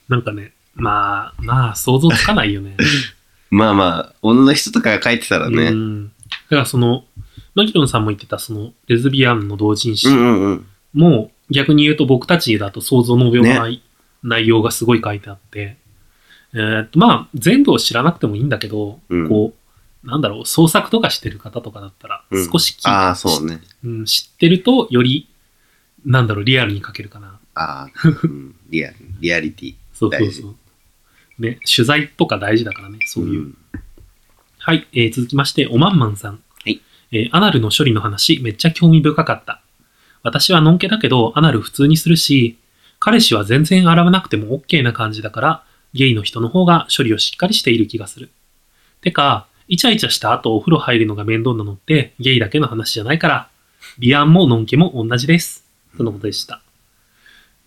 [SPEAKER 1] なんかね、まあ、まあ、想像つかないよね。
[SPEAKER 2] まあまあ、女の人とかが書いてたらね。
[SPEAKER 1] う
[SPEAKER 2] うん
[SPEAKER 1] ん。だからその、マキロンさんも言ってた、その、レズビアンの同人誌
[SPEAKER 2] うんうん。
[SPEAKER 1] も、逆に言うと僕たちだと想像の及ばない内容がすごい書いてあって、えーっと、まあ、全部を知らなくてもいいんだけど、
[SPEAKER 2] うん
[SPEAKER 1] こう、なんだろう、創作とかしてる方とかだったら、
[SPEAKER 2] うん
[SPEAKER 1] 少し聞い
[SPEAKER 2] ああ、そうね。
[SPEAKER 1] うん知ってると、より、なんだろう、リアルに書けるかな。
[SPEAKER 2] ああ、うんリアル、リアリティ。
[SPEAKER 1] そうそうそう。ね、取材とか大事だからね、そういう。
[SPEAKER 2] ん
[SPEAKER 1] はい、えー続きまして、おまんまんさん。
[SPEAKER 2] はい。
[SPEAKER 1] えーアナルの処理の話、めっちゃ興味深かった。私はのんけだけど、アナル普通にするし、彼氏は全然洗わなくても OK な感じだから、ゲイの人の方が処理をしっかりしている気がする。てか、イチャイチャした後お風呂入るのが面倒なのって、ゲイだけの話じゃないから、リアンものんけも同じです。とのことでした。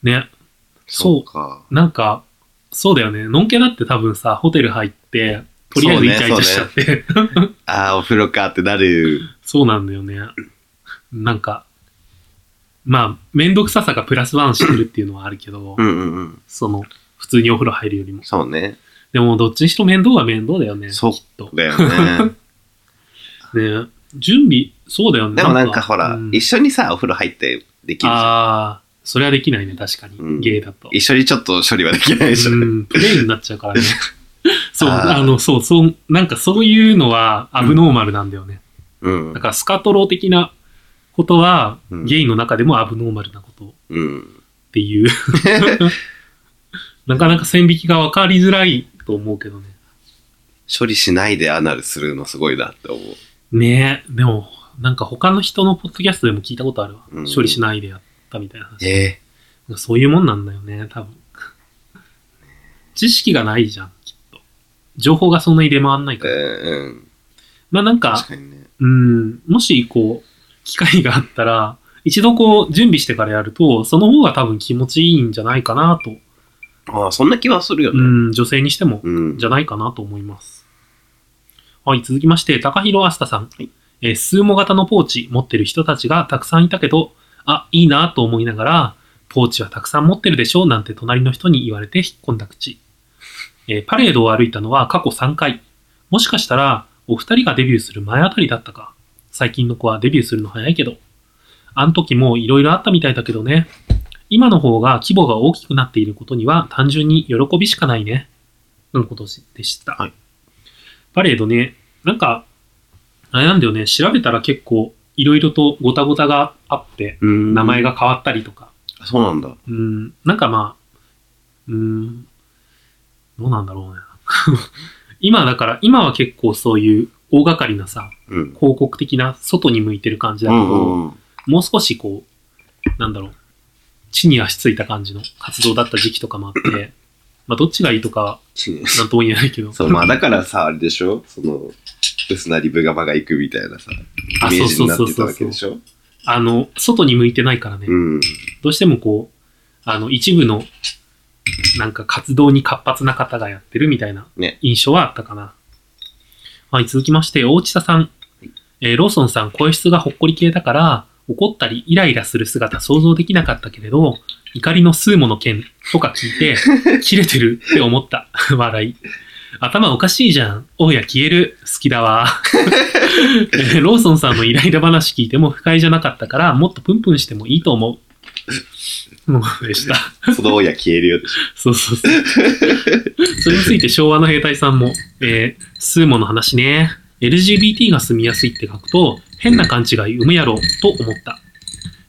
[SPEAKER 1] ね、
[SPEAKER 2] そ
[SPEAKER 1] そう
[SPEAKER 2] うか。
[SPEAKER 1] なんか、そうだよね。のんけだって多分さ、ホテル入って、とりあえずイチャイチャしちゃって。そう,、
[SPEAKER 2] ああ、お風呂かってなる。
[SPEAKER 1] なんだよね。なんか、まあ、めんどくささがプラスワンしてるっていうのはあるけど、
[SPEAKER 2] うんうんうん。
[SPEAKER 1] その、普通にお風呂入るよりも。
[SPEAKER 2] そうね。
[SPEAKER 1] でも、どっちにしろ面倒は面倒だよね。
[SPEAKER 2] そう
[SPEAKER 1] きっと。
[SPEAKER 2] だ よね。
[SPEAKER 1] ね準備、そうだよね。
[SPEAKER 2] でもなんかほら、
[SPEAKER 1] うん
[SPEAKER 2] 一緒にさ、お風呂入ってできるじゃん。
[SPEAKER 1] ああ、それはできないね、確かに。
[SPEAKER 2] うん
[SPEAKER 1] ゲイだと。
[SPEAKER 2] 一緒にちょっと処理はできないでしょ。
[SPEAKER 1] うん、プレイになっちゃう からね。そう、
[SPEAKER 2] あー
[SPEAKER 1] あの、そう、そう、なんかそういうのはアブノーマルなんだよね。
[SPEAKER 2] うん
[SPEAKER 1] だ。からスカトロ的なことは、
[SPEAKER 2] うん
[SPEAKER 1] ゲイの中でもアブノーマルなことっ
[SPEAKER 2] うん。
[SPEAKER 1] て いう。なかなか線引きが分かりづらいと思うけどね。
[SPEAKER 2] 処理しないでアナルするのすごいなって思う。
[SPEAKER 1] ねえ、でも、なんか他の人のポッドキャストでも聞いたことあるわ。
[SPEAKER 2] うん
[SPEAKER 1] 処理しないでやったみたいな話。
[SPEAKER 2] ええ
[SPEAKER 1] そういうもんなんだよね、多 分。知識がないじゃん、きっと。情報がそんなに出回んないから。
[SPEAKER 2] うんうん。
[SPEAKER 1] まあなんか、
[SPEAKER 2] 確かにね。
[SPEAKER 1] うん、もしこう、機会があったら、一度こう、準備してからやると、その方が多分気持ちいいんじゃないかなと、
[SPEAKER 2] ああ、そんな気はするよ
[SPEAKER 1] う
[SPEAKER 2] ね。
[SPEAKER 1] ん、女性にしても、
[SPEAKER 2] うん
[SPEAKER 1] じゃないかなと思います。はい、続きまして、高弘あすたさん。
[SPEAKER 2] い
[SPEAKER 1] えースーモ型のポーチ持ってる人たちがたくさんいたけど、あ、いいなと思いながら、ポーチはたくさん持ってるでしょなんて隣の人に言われて引っ込んだ口。えーパレードを歩いたのは過去3回。もしかしたら、お二人がデビューする前あたりだったか。最近の子はデビューするの早いけど。あの時もいろいろあったみたいだけどね。今の方が規模が大きくなっていることには単純に喜びしかないね。のことでした。
[SPEAKER 2] はい
[SPEAKER 1] パレードね、なんか、あれなんだよね、調べたら結構いろいろとごたごたがあって、
[SPEAKER 2] うん
[SPEAKER 1] 名前。が変わったりとか、
[SPEAKER 2] そうなんだ。
[SPEAKER 1] うん、なんかまあ、うん、どうなんだろうね。 今だから、今は結構そういう大掛かりなさ、
[SPEAKER 2] うん。
[SPEAKER 1] 広告的な外に向いてる感じだ
[SPEAKER 2] う
[SPEAKER 1] けど、
[SPEAKER 2] んうんうん。
[SPEAKER 1] もう少しこう、なんだろう、地に足ついた感じの活動だった時期とかもあって、まあどっちがいいとか、なんとも言えない けど。
[SPEAKER 2] そう、まあだからさ、あれでしょその、薄なリブガマが行くみたいなさ、イ
[SPEAKER 1] あ
[SPEAKER 2] メ
[SPEAKER 1] そ
[SPEAKER 2] ー
[SPEAKER 1] う
[SPEAKER 2] ジ
[SPEAKER 1] そう
[SPEAKER 2] にな
[SPEAKER 1] そ
[SPEAKER 2] っ
[SPEAKER 1] う
[SPEAKER 2] て
[SPEAKER 1] そ
[SPEAKER 2] た
[SPEAKER 1] う
[SPEAKER 2] わけでしょ
[SPEAKER 1] あの、外に向いてないからね、
[SPEAKER 2] うん。
[SPEAKER 1] どうしてもこう、あの、一部の、なんか活動に活発な方がやってるみたいな
[SPEAKER 2] ね
[SPEAKER 1] 印象はあったかな。はい、続きまして、大地田さん。えーローソンさん、声質がほっこり系だから、怒ったりイライラする姿想像できなかったけれど、怒りの数もの件とか聞いて、切れてるって思った。 笑い。頭おかしいじゃん。おや、消える。好きだわ。えーローソンさんのイライラ話聞いても不快じゃなかったから、もっとプンプンしてもいいと思う。もうでした。
[SPEAKER 2] その親消えるよでし
[SPEAKER 1] そうそうそう。 それについて昭和の兵隊さんも、えー、スーモの話ね。LGBT が住みやすいって書くと、変な勘違い生むやろと思った。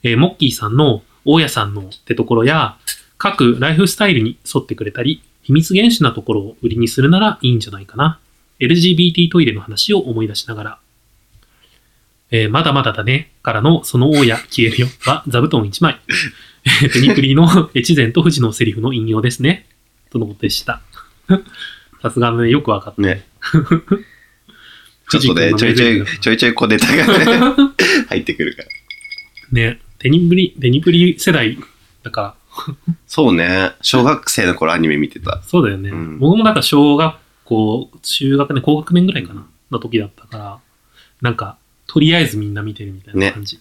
[SPEAKER 1] えーモッキーさんの、大家さんのってところや、各ライフスタイルに沿ってくれたり、秘密厳守なところを売りにするならいいんじゃないかな。LGBT トイレの話を思い出しながら。えーまだまだだね。からの、その大家消えるよ。は、座布団1枚。えーペニクリの越前と富士のセリフの引用ですね。とのことでした。 さすがのね、よくわかった。
[SPEAKER 2] ょ。ね。ちょっとね、ちょいちょい、ちょいちょい小ネタがね、入ってくるから。
[SPEAKER 1] ね、ペニブリ、ペニブリ世代だか
[SPEAKER 2] そうね、小学生の頃アニメ見てた
[SPEAKER 1] ら、。そうだよね。
[SPEAKER 2] うん
[SPEAKER 1] 僕もなんか小学校、中学年、高学年ぐらいかな、の時だったから、なんか、とりあえずみんな見てるみたいな
[SPEAKER 2] ね
[SPEAKER 1] 感じ。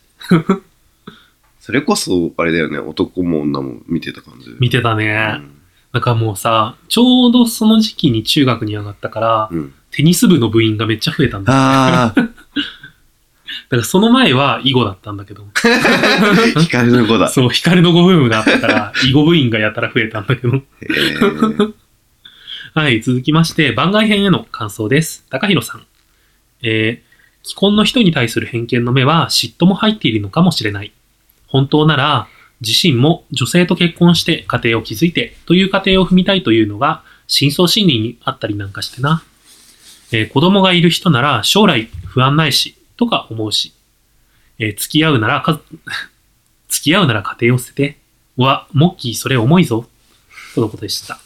[SPEAKER 2] それこそ、あれだよね、男も女も見てた感じ。
[SPEAKER 1] 見てた
[SPEAKER 2] う
[SPEAKER 1] ね。
[SPEAKER 2] ん
[SPEAKER 1] なんかもうさ、ちょうどその時期に中学に上がったから、
[SPEAKER 2] うん。
[SPEAKER 1] テニス部の部員がめっちゃ増えたんだ。
[SPEAKER 2] あ あ、
[SPEAKER 1] だからその前は囲碁だったんだけど。
[SPEAKER 2] 光の子だ。
[SPEAKER 1] そう、光のゴブームがあったから、 囲碁部員がやたら増えたんだけど。
[SPEAKER 2] へー
[SPEAKER 1] はい、続きまして、番外編への感想です。高弘さん。えー、既婚の人に対する偏見の目は嫉妬も入っているのかもしれない。本当なら、自身も女性と結婚して家庭を築いてという過程を踏みたいというのが、深層心理にあったりなんかしてな。えー子供がいる人なら将来不安ないし、とか思うし。えー付き合うならか、 付き合うなら家庭を捨てて。は、モッキーそれ重いぞ。とのことでした。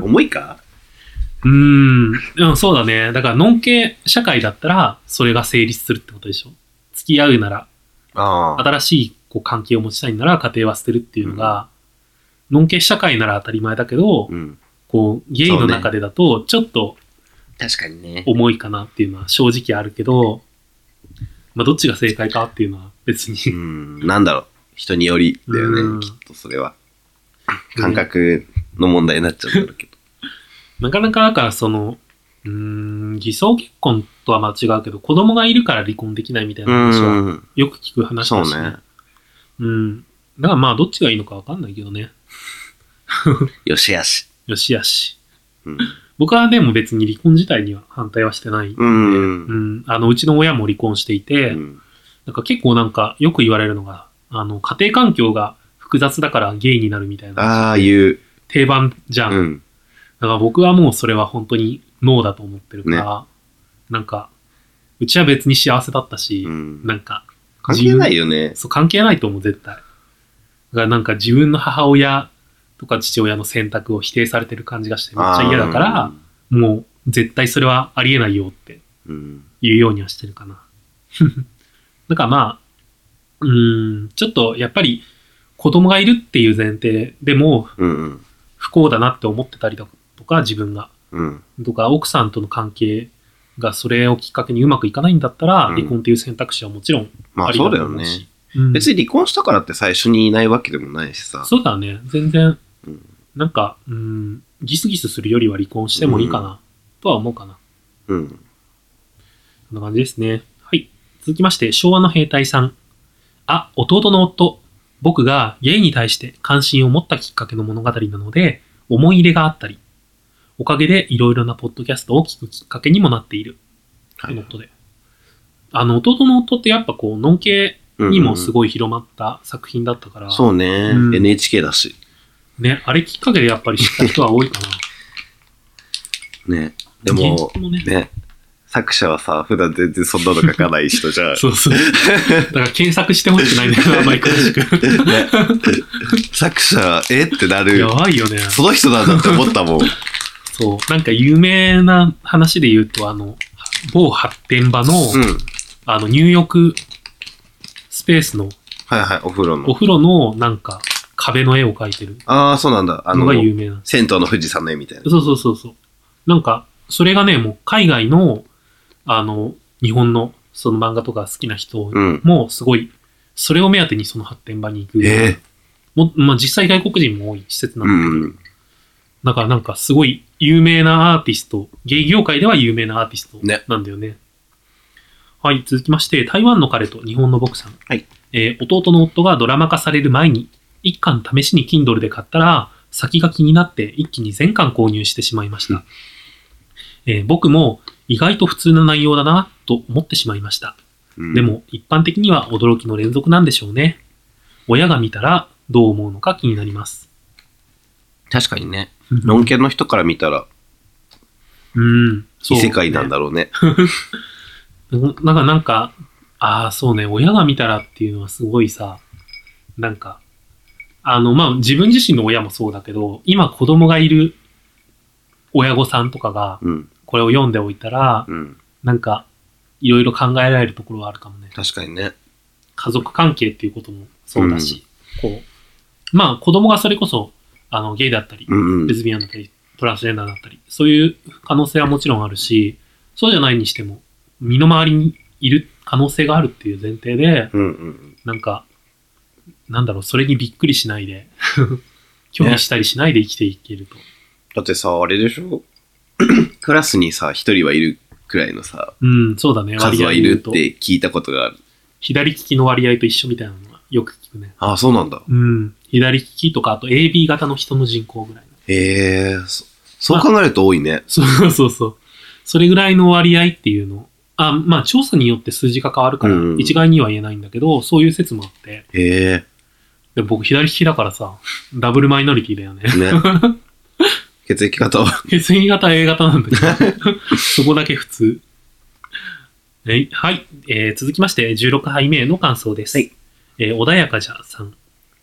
[SPEAKER 2] 重いか
[SPEAKER 1] うーん、うん、そうだね。だから、ノン系社会だったら、それが成立するってことでしょ。付き合うなら、
[SPEAKER 2] ああ。
[SPEAKER 1] 新しいこう関係を持ちたいなら家庭は捨てるっていうのが、ノン系社会なら当たり前だけど、
[SPEAKER 2] うん。
[SPEAKER 1] こう、ゲイの中でだと、ちょっと
[SPEAKER 2] 確かにね。
[SPEAKER 1] 重いかなっていうのは正直あるけど、まあ、どっちが正解かっていうのは別に
[SPEAKER 2] う。ん、なんだろう。人によりだよ
[SPEAKER 1] うん
[SPEAKER 2] ね、きっとそれは。感覚の問題になっちゃうんだろうけど。
[SPEAKER 1] なかなか、だからその、うーん、偽装結婚とはまあ違うけど、子供がいるから離婚できないみたいな話は、
[SPEAKER 2] うん。
[SPEAKER 1] よく聞く話
[SPEAKER 2] そう
[SPEAKER 1] だしね
[SPEAKER 2] ね。
[SPEAKER 1] うん。だからまあ、どっちがいいのかわかんないけどね。
[SPEAKER 2] よしあし。
[SPEAKER 1] よしやし。
[SPEAKER 2] うん
[SPEAKER 1] 僕はでも別に離婚自体には反対はしてない。
[SPEAKER 2] う。
[SPEAKER 1] うんん。あの、うちの親も離婚していて、
[SPEAKER 2] うん
[SPEAKER 1] なんか結構なんかよく言われるのが、あの、家庭環境が複雑だからゲイになるみたいな
[SPEAKER 2] ああいう。
[SPEAKER 1] 定番じゃん。
[SPEAKER 2] うん。
[SPEAKER 1] だから僕はもうそれは本当にノーだと思ってるから、なんか、うちは別に幸せだったし、
[SPEAKER 2] うん
[SPEAKER 1] なんか、
[SPEAKER 2] 関係ないよね。
[SPEAKER 1] そう、関係ないと思う、絶対。だからなんか自分の母親とか父親の選択を否定されてる感じがして、めっちゃ嫌だから、もう絶対それはありえないよって
[SPEAKER 2] うん。うん。
[SPEAKER 1] 言うようにはしてるかな。 だからまあ、うーん、ちょっとやっぱり子供がいるっていう前提でも
[SPEAKER 2] うん。
[SPEAKER 1] 不幸だなって思ってたりだとか、自分が。
[SPEAKER 2] うん。
[SPEAKER 1] とか、奥さんとの関係がそれをきっかけにうまくいかないんだったら、
[SPEAKER 2] うん
[SPEAKER 1] 離婚っていう選択肢はもちろん
[SPEAKER 2] ま
[SPEAKER 1] あ
[SPEAKER 2] あ
[SPEAKER 1] り
[SPEAKER 2] そ
[SPEAKER 1] だ
[SPEAKER 2] うだ
[SPEAKER 1] と
[SPEAKER 2] よ
[SPEAKER 1] 思う
[SPEAKER 2] ね。
[SPEAKER 1] し。うん
[SPEAKER 2] 別に離婚したからって最初にいないわけでもないしさ。
[SPEAKER 1] そうだね。全然、
[SPEAKER 2] うん
[SPEAKER 1] なんか、うん、ギスギスするよりは離婚してもいいかな、とは思うかな。
[SPEAKER 2] うん。
[SPEAKER 1] こんな感じですね。はい。続きまして、昭和の兵隊さん。あ、弟の夫。僕がゲイに対して関心を持ったきっかけの物語なので、思い入れがあったり、おかげでいろいろなポッドキャストを聞くきっかけにもなっている。
[SPEAKER 2] は
[SPEAKER 1] と
[SPEAKER 2] い
[SPEAKER 1] のことで。あの、弟の夫ってやっぱこう、ノン系にもす
[SPEAKER 2] い。
[SPEAKER 1] ごい広まった作品だったから、
[SPEAKER 2] そうね
[SPEAKER 1] うん。
[SPEAKER 2] NHK だし。
[SPEAKER 1] ね、あれきっかけでやっぱり知った人は多いかな。
[SPEAKER 2] ね。でも
[SPEAKER 1] 現実、ね
[SPEAKER 2] ね。作者はさ、普段全然そんなの書かない人じゃ ん。
[SPEAKER 1] そうそう。だから検索してほしくないんだけど、あんまり詳しく。
[SPEAKER 2] ね作者、えってなる
[SPEAKER 1] や。ばいよね。
[SPEAKER 2] その人なんだって思ったもん。
[SPEAKER 1] そう。なんか有名な話で言うと、あの、某発展場の、
[SPEAKER 2] うん。
[SPEAKER 1] あの、入浴スペースの
[SPEAKER 2] はいはい、お風呂
[SPEAKER 1] お
[SPEAKER 2] の。
[SPEAKER 1] 風呂のなんか壁の絵を描いてる
[SPEAKER 2] ああ、そうなんだ。あ
[SPEAKER 1] の
[SPEAKER 2] の
[SPEAKER 1] が、有名なんです。
[SPEAKER 2] 銭湯の富士山の絵みたいな。
[SPEAKER 1] そうそうそうそう。なんか、それがね、もう海外の、あの、日本のその漫画とか好きな人
[SPEAKER 2] うん。
[SPEAKER 1] もすごい、それを目当てにその発展場に行く。
[SPEAKER 2] ええ
[SPEAKER 1] もまあ、実際外国人も多い施設な
[SPEAKER 2] うん
[SPEAKER 1] だけど、
[SPEAKER 2] んうん。
[SPEAKER 1] だからなんかすごい有名なアーティスト、芸業界では有名なアーティスト
[SPEAKER 2] ね
[SPEAKER 1] なんだよね。はい、続きまして、台湾の彼と日本の僕さん。
[SPEAKER 2] はい
[SPEAKER 1] えー弟の夫がドラマ化される前に、一巻試しに Kindle で買ったら、先が気になって一気に全巻購入してしまいました。
[SPEAKER 2] うん
[SPEAKER 1] えー僕も意外と普通の内容だなと思ってしまいました。
[SPEAKER 2] うん
[SPEAKER 1] で、も一般的には驚きの連続なんでしょうね。親が見たらどう思うのか気になります。
[SPEAKER 2] 確かにね。論件の人から見たら、
[SPEAKER 1] うん。
[SPEAKER 2] 異世界なんだろうね。
[SPEAKER 1] なんか、なんか、ああ、そうね、親が見たらっていうのはすごいさ、なんか、あの、まあ、自分自身の親もそうだけど、今子供がいる親御さんとかが、
[SPEAKER 2] うん。
[SPEAKER 1] これを読んでおいたら、
[SPEAKER 2] うん。
[SPEAKER 1] なんか、いろいろ考えられるところはあるかもね。
[SPEAKER 2] 確かにね。
[SPEAKER 1] 家族関係っていうこともそうだし、こう、まあ、子供がそれこそ、あの、ゲイだったり
[SPEAKER 2] う、んうん
[SPEAKER 1] レ。ズビアンだったり、トランスジェンダーだったり、そういう可能性はもちろんあるし、そうじゃないにしても、身の回りにいる可能性があるっていう前提で、
[SPEAKER 2] うんうん。
[SPEAKER 1] なんか、なんだろう、それにびっくりしないで、 興味したりしないで生きていけると。
[SPEAKER 2] だってさ、あれでしょ クラスにさ、一人はいるくらいのさ、
[SPEAKER 1] うん、そうだね、
[SPEAKER 2] 数はい
[SPEAKER 1] 言
[SPEAKER 2] る
[SPEAKER 1] う
[SPEAKER 2] っ
[SPEAKER 1] と
[SPEAKER 2] て聞いたことがある。
[SPEAKER 1] 左利きの割合と一緒みたいなのはよく聞くね。
[SPEAKER 2] ああ、そうなんだ。
[SPEAKER 1] うん、左利きとか、あと AB 型の人の人口ぐらいの。
[SPEAKER 2] へえ、そそう考えると多いね。
[SPEAKER 1] そうそうそう。それぐらいの割合っていうの。あまあ、調査によって数字が変わるから
[SPEAKER 2] うん、
[SPEAKER 1] 一概には言えないんだけど、そういう説もあって。
[SPEAKER 2] へえ、
[SPEAKER 1] で僕、左利きだからさ、ダブルマイノリティだよね。
[SPEAKER 2] ね。 血液型は。
[SPEAKER 1] 血液型 A 型なんだけど、 そこだけ普通。はい、はいえー続きまして、16杯目の感想です。
[SPEAKER 2] はい
[SPEAKER 1] えー穏やかじゃさん、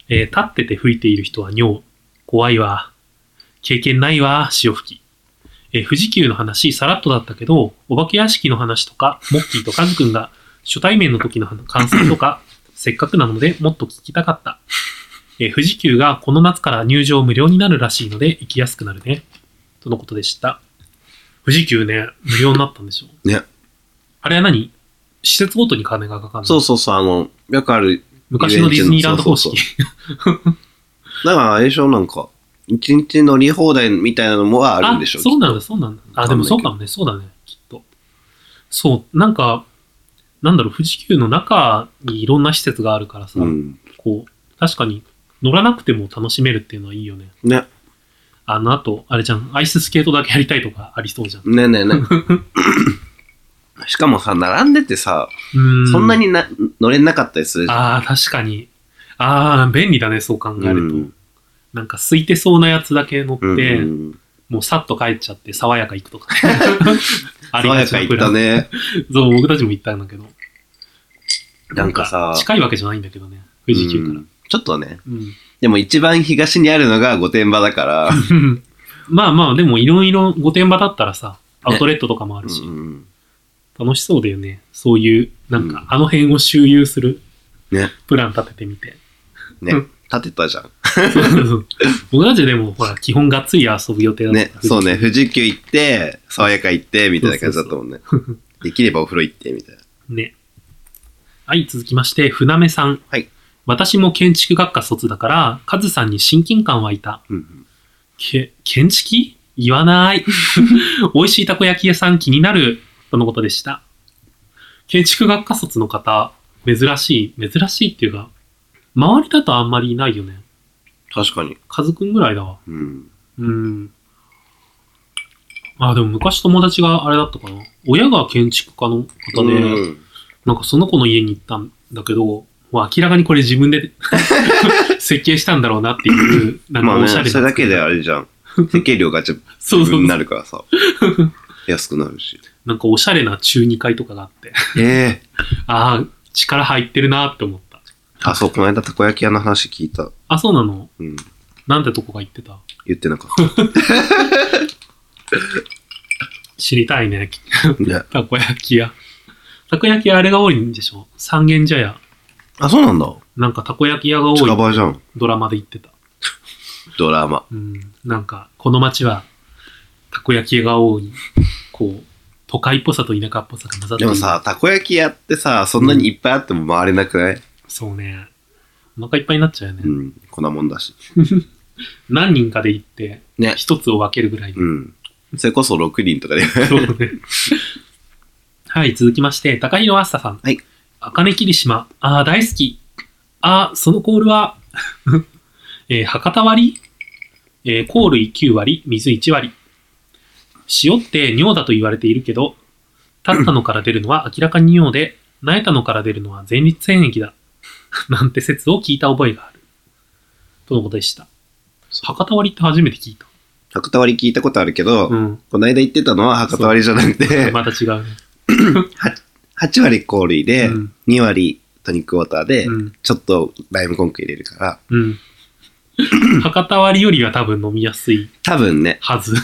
[SPEAKER 1] えー立ってて吹いている人は尿。怖いわ。経験ないわ、潮吹き。えー富士急の話、さらっとだったけど、お化け屋敷の話とか、モッキーとカズくんが初対面の時の感想とか、 せっかくなのでもっと聞きたかった。えー富士急がこの夏から入場無料になるらしいので、行きやすくなるね。とのことでした。富士急ね、無料になったんでしょ
[SPEAKER 2] ね。
[SPEAKER 1] あれは何施設ごとに金がかかるの
[SPEAKER 2] そうそうそう、あの、よくある、
[SPEAKER 1] 昔のディズニーランド方式。
[SPEAKER 2] そうだから、あれでしょ、なんか、一日乗り放題みたいなのもあるんでしょ。
[SPEAKER 1] そうなん
[SPEAKER 2] き
[SPEAKER 1] だ、
[SPEAKER 2] っ
[SPEAKER 1] そうなんだ。あ、でもそうかもね、そうだね、きっと。そう、なんか、なんだろう、富士急の中にいろんな施設があるからさ、
[SPEAKER 2] とうん。
[SPEAKER 1] こう、確かに乗らなくても楽しめるっていうのはいいよね。
[SPEAKER 2] ね、
[SPEAKER 1] あの、あと、あれじゃん、アイススケートだけやりたいとかありそうじゃん。
[SPEAKER 2] ねねね。 しかもさ、並んでてさ、
[SPEAKER 1] う
[SPEAKER 2] そんなにな乗れなかったりするじゃん。
[SPEAKER 1] ああ、確かに。ああ、便利だね、そう考えると。
[SPEAKER 2] うん
[SPEAKER 1] なんか、空いてそうなやつだけ乗って、
[SPEAKER 2] うんうん、
[SPEAKER 1] もうさっと帰っちゃって、爽やか行くとか。 あ
[SPEAKER 2] 爽や
[SPEAKER 1] がち
[SPEAKER 2] か
[SPEAKER 1] な
[SPEAKER 2] 行ったね。
[SPEAKER 1] そう、僕たちも行ったんだけど。
[SPEAKER 2] なんかさ、
[SPEAKER 1] 近いわけじゃないんだけどね、富士急から
[SPEAKER 2] うん。ちょっとね。
[SPEAKER 1] うん。
[SPEAKER 2] でも一番東にあるのが御殿場だから。
[SPEAKER 1] まあまあ、でもいろいろ御殿場だったらさ、アウトレットとかもあるし、
[SPEAKER 2] うん
[SPEAKER 1] 楽しそうだよね。そういう、なん
[SPEAKER 2] う
[SPEAKER 1] か、あの辺を周遊する
[SPEAKER 2] ね、
[SPEAKER 1] プラン立ててみて。
[SPEAKER 2] ね
[SPEAKER 1] うん、
[SPEAKER 2] 立てたじゃん。
[SPEAKER 1] そうそう そう僕たちでも、ほら、基本がっつり遊ぶ予定だった
[SPEAKER 2] ね
[SPEAKER 1] か、ら。
[SPEAKER 2] そうね、富士急行って、爽やか行って、みたいな感じだったもんね。 できればお風呂行って、みたいな。
[SPEAKER 1] ね。はい、続きまして、船目さん。
[SPEAKER 2] はい
[SPEAKER 1] 私も建築学科卒だから、カズさんに親近感湧いた。
[SPEAKER 2] うん
[SPEAKER 1] け、建築言わ ない。美味しいたこ焼き屋さん気になる。とのことでした。建築学科卒の方、珍しい、珍しいっていうか、周りだとあんまりいないよね。
[SPEAKER 2] 確かに。
[SPEAKER 1] カズくんぐらいだわ。
[SPEAKER 2] うん。
[SPEAKER 1] うん。あ、でも昔友達があれだったかな。親が建築家の方で、
[SPEAKER 2] うん
[SPEAKER 1] なんかその子の家に行ったんだけど、もう明らかにこれ自分で 設計したんだろうなっていう、なん
[SPEAKER 2] ま
[SPEAKER 1] か
[SPEAKER 2] あ
[SPEAKER 1] お
[SPEAKER 2] ね、
[SPEAKER 1] しゃ
[SPEAKER 2] そ
[SPEAKER 1] れな
[SPEAKER 2] れ だけであれじゃん。設計料が自
[SPEAKER 1] そうそう
[SPEAKER 2] 分
[SPEAKER 1] そう
[SPEAKER 2] になるからさ。安くなるし。
[SPEAKER 1] なんかおしゃれな中2階とかがあって、
[SPEAKER 2] ええ
[SPEAKER 1] ああ、力入ってるなって思った。
[SPEAKER 2] あ、そう、この間たこ焼き屋の話聞いた。
[SPEAKER 1] あ、そうなの
[SPEAKER 2] うん。
[SPEAKER 1] なんてとこが言ってた
[SPEAKER 2] 言ってなかっ
[SPEAKER 1] 知りたいね。
[SPEAKER 2] た。ね。
[SPEAKER 1] たこ焼き屋。たこ焼き屋あれが多いんでしょ三軒茶屋。
[SPEAKER 2] あ、そうなんだ。
[SPEAKER 1] なんかたこ焼き屋が多
[SPEAKER 2] 近
[SPEAKER 1] い
[SPEAKER 2] 場じゃん。
[SPEAKER 1] ドラマで言ってた。
[SPEAKER 2] ドラマ。
[SPEAKER 1] うん。なんか、この街は、たこ焼き屋が多い。こう、都会っぽさと田舎っぽさが混ざって
[SPEAKER 2] で
[SPEAKER 1] る
[SPEAKER 2] もさ、たこ焼き屋ってさ、そんなにいっぱいあっても回れなくない
[SPEAKER 1] そうね。お腹いっぱいになっちゃうよね。
[SPEAKER 2] うん。こんなもんだし。
[SPEAKER 1] 何人かで行って、
[SPEAKER 2] ね。
[SPEAKER 1] 一つを分けるぐらいで
[SPEAKER 2] うん。それこそ6人とかで。
[SPEAKER 1] そうね。はい、続きまして、高弘あっささん。
[SPEAKER 2] はい。
[SPEAKER 1] 茜霧島。ああ、大好き。ああ、そのコールは、 えー博多割りえー、コール9割、水1割。塩って尿だと言われているけど、立ったのから出るのは明らかに尿で、苗えたのから出るのは前立腺液だ。 なんて説を聞いた覚えがある。とのことでした。博多割りって初めて聞いた。
[SPEAKER 2] 博多割り聞いたことあるけど、
[SPEAKER 1] うん。
[SPEAKER 2] この間言ってたのは博多割りじゃなくて、
[SPEAKER 1] また違うね。
[SPEAKER 2] 8割香類で
[SPEAKER 1] うん、
[SPEAKER 2] 2割トニックウォーターで
[SPEAKER 1] う、ん。
[SPEAKER 2] ちょっとライムコンク入れるから、
[SPEAKER 1] うん。博多割りよりは多分飲みやすい
[SPEAKER 2] 多分ね、
[SPEAKER 1] は ず。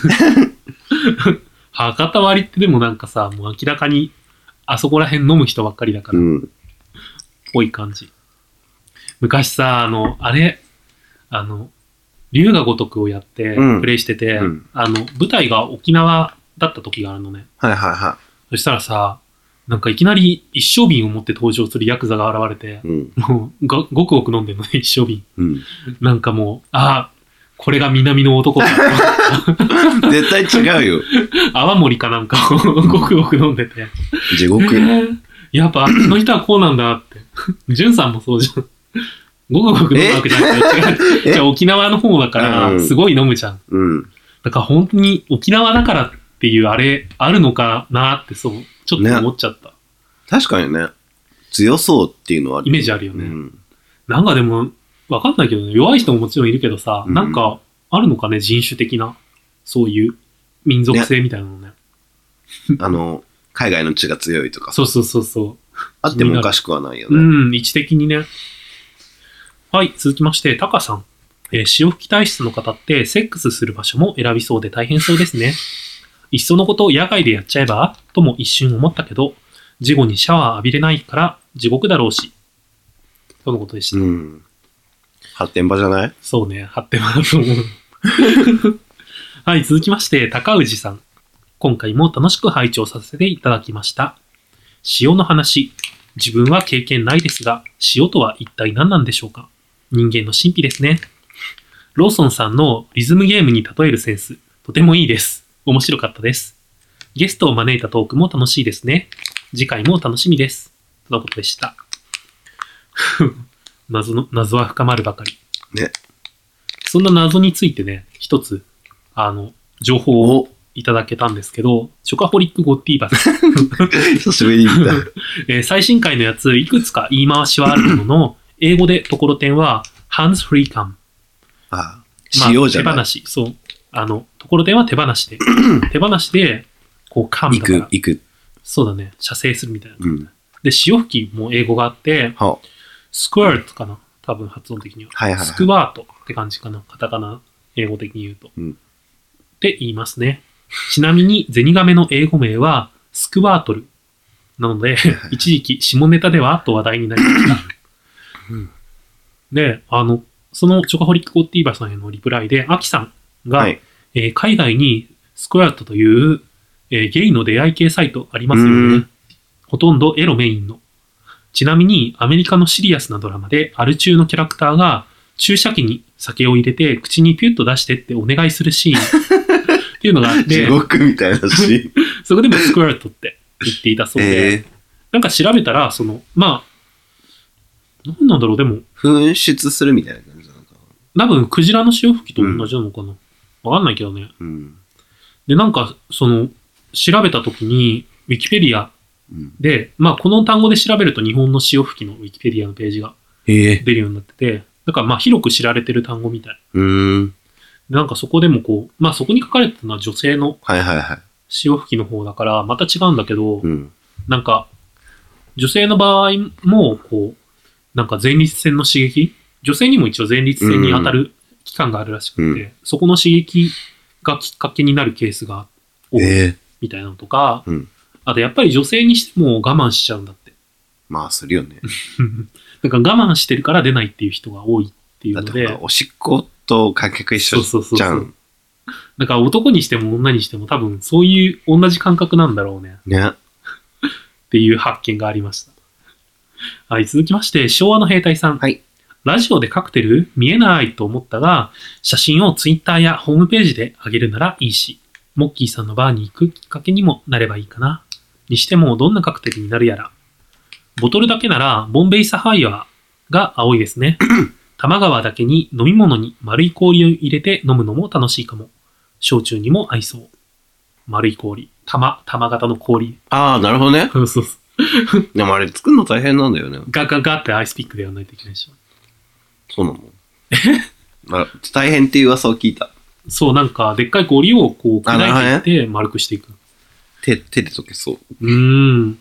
[SPEAKER 1] 博多割りってでもなんかさ、もう明らかにあそこら辺飲む人ばっかりだか
[SPEAKER 2] う
[SPEAKER 1] ら、
[SPEAKER 2] ん。
[SPEAKER 1] ぽい感じ。昔さ、あの、あれ、あの、龍が如くをやって
[SPEAKER 2] うん
[SPEAKER 1] プレイしてて、
[SPEAKER 2] うん
[SPEAKER 1] あの、舞台が沖縄だった時があるのね。
[SPEAKER 2] はいはいは
[SPEAKER 1] そしたらさ、なんかいきなり一升瓶を持って登場するヤクザが現れて
[SPEAKER 2] い。、うん。
[SPEAKER 1] もうごごくごく飲んでるのね、一升瓶。
[SPEAKER 2] うん。
[SPEAKER 1] なんかもう、ああ、これが南の 男だ。
[SPEAKER 2] 絶対違うよ。
[SPEAKER 1] 泡盛かなんかをごくごく飲んでて。
[SPEAKER 2] 地 獄。
[SPEAKER 1] やっぱあっちの人はこうなんだなって。じゅんさんもそうじゃん。ごくごく飲むわけじゃなくて、違う。
[SPEAKER 2] え
[SPEAKER 1] じゃあ沖縄の方だか
[SPEAKER 2] う
[SPEAKER 1] ら、
[SPEAKER 2] ん
[SPEAKER 1] すごい飲むじゃん。
[SPEAKER 2] うん。
[SPEAKER 1] だから本当に沖縄だからっていうあれ、あるのかなってそう、ちょっと思っちゃった。
[SPEAKER 2] 確かにね、強そうっていうのはある
[SPEAKER 1] イメージあるよね。
[SPEAKER 2] うん。
[SPEAKER 1] なんかでも、わかんないけどね、弱い人ももちろんいるけどさ、
[SPEAKER 2] うん
[SPEAKER 1] なんか、あるのかね、人種的な、そういう民族性みたいなのね。
[SPEAKER 2] あの、海外の血が強いとか、
[SPEAKER 1] そうそうそうそう。
[SPEAKER 2] あってもおかしくはないよね。
[SPEAKER 1] うん、位置的にね。はい、続きまして、タカさん。えー潮吹き体質の方って、セックスする場所も選びそうで大変そうです ね。いっそのことを野外でやっちゃえばとも一瞬思ったけど、事後にシャワー浴びれないから地獄だろうし。とのことでした。
[SPEAKER 2] うん。発展場じゃない
[SPEAKER 1] そうね、貼ってもらうと思う。 はい、続きまして、高氏さん。今回も楽しく拝聴させていただきました。塩の話。自分は経験ないですが、塩とは一体何なんでしょうか人間の神秘ですね。ローソンさんのリズムゲームに例えるセンス、とてもいいです。面白かったです。ゲストを招いたトークも楽しいですね。次回も楽しみです。とのことでした。謎の、謎は深まるばかり。そんな謎についてね、一つ、あの、情報を
[SPEAKER 2] お
[SPEAKER 1] いただけたんですけど、ショカホリックゴッティーバさん、
[SPEAKER 2] 久しぶりに見た。
[SPEAKER 1] えー最新回のやつ、いくつか言い回しはあるものの、英語でところてんは、ハンズフリー感。
[SPEAKER 2] あ、
[SPEAKER 1] まあ
[SPEAKER 2] しようじゃ
[SPEAKER 1] 手
[SPEAKER 2] な
[SPEAKER 1] 放
[SPEAKER 2] い。
[SPEAKER 1] し。そう。あの、ところてんは手放し で。手放しで、こう、噛
[SPEAKER 2] 行
[SPEAKER 1] むか
[SPEAKER 2] く
[SPEAKER 1] ら、。
[SPEAKER 2] 行く。
[SPEAKER 1] そうだね。射精するみたいな。
[SPEAKER 2] うん。
[SPEAKER 1] で、潮吹きも英語があって、
[SPEAKER 2] は
[SPEAKER 1] スクワートかな。多分発音的には。
[SPEAKER 2] はいはい
[SPEAKER 1] スクワートって感じかな。カタカナ、英語的に言うと。
[SPEAKER 2] うん
[SPEAKER 1] って言いますね。ちなみに、ゼニガメの英語名は、スクワートル。なので、一時期、下ネタではと話題になりました。で、あの、そのチョカホリック・ゴッティーバさんへのリプライで、アキさんが、
[SPEAKER 2] はい。
[SPEAKER 1] えー海外にスクワットという、えーゲイの出会い系サイトありますよ
[SPEAKER 2] う
[SPEAKER 1] ね
[SPEAKER 2] ん。
[SPEAKER 1] ほとんどエロメインの。ちなみにアメリカのシリアスなドラマでアル中のキャラクターが注射器に酒を入れて口にピュッと出してってお願いする シーンっていうのがあっ
[SPEAKER 2] 地
[SPEAKER 1] て、
[SPEAKER 2] 獄みたいなし。
[SPEAKER 1] そこでもスクワットって言っていた そうで、
[SPEAKER 2] えー、
[SPEAKER 1] なんか調べたら、その、まあ、なんなんだろう、でも、
[SPEAKER 2] 噴出するみたいな感じなのかな。
[SPEAKER 1] 多分クジラの潮吹きと同じなのかな。わかんないけどね。
[SPEAKER 2] うん。
[SPEAKER 1] で、なんか、その、調べたときに、ウィキペディア
[SPEAKER 2] うん。
[SPEAKER 1] で、まあ、この単語で調べると日本の潮吹きのウィキペディアのページが
[SPEAKER 2] ええ
[SPEAKER 1] 出るようになってて、だからまあ、広く知られてる単語みたい。
[SPEAKER 2] うーん。
[SPEAKER 1] でなんかそこでもこう、まあ、そこに書かれてたのは女性の
[SPEAKER 2] はいはいはい。
[SPEAKER 1] 潮吹きの方だから、また違うんだけど、
[SPEAKER 2] うん。
[SPEAKER 1] なんか、女性の場合も、こう、なんか前立腺の刺激女性にも一応前立腺に当たる期間があるらしくて、
[SPEAKER 2] うん
[SPEAKER 1] そこの刺激がきっかけになるケースが多い
[SPEAKER 2] ええ
[SPEAKER 1] みたいなのとか、
[SPEAKER 2] うん
[SPEAKER 1] あとやっぱり女性にしても我慢しちゃうんだって。
[SPEAKER 2] まあ、するよね。
[SPEAKER 1] なんか我慢してるから出ないっていう人が多いっていう
[SPEAKER 2] だっ
[SPEAKER 1] の
[SPEAKER 2] てほ
[SPEAKER 1] で、
[SPEAKER 2] ら、おしっこと観客一緒
[SPEAKER 1] そうそうそうそう
[SPEAKER 2] じゃん。
[SPEAKER 1] だから男にしても女にしても多分そういう同じ感覚なんだろうね。
[SPEAKER 2] ね。
[SPEAKER 1] っていう発見がありました。はい、続きまして、昭和の兵隊さん。
[SPEAKER 2] はい
[SPEAKER 1] ラジオでカクテル見えないと思ったが、写真をツイッターやホームページで上げるならいいし、モッキーさんのバーに行くきっかけにもなればいいかな。にしても、どんなカクテルになるやら。ボトルだけなら、ボンベイサファイアが青いです ね。玉川だけに飲み物に丸い氷を入れて飲むのも楽しいかも。焼酎にも合いそう。丸い氷。玉、玉型の氷。
[SPEAKER 2] ああ、なるほどね。
[SPEAKER 1] そうそうそう。
[SPEAKER 2] でもあれ作るの大変なんだよね。
[SPEAKER 1] ガガガってアイスピックでやらないといけないでしょ。
[SPEAKER 2] そうなの まあ、大変っていう噂を聞いた。
[SPEAKER 1] そう、なんか、でっかい氷をこう砕いていって丸くしていく。
[SPEAKER 2] 手、手で溶けそう。
[SPEAKER 1] うーん、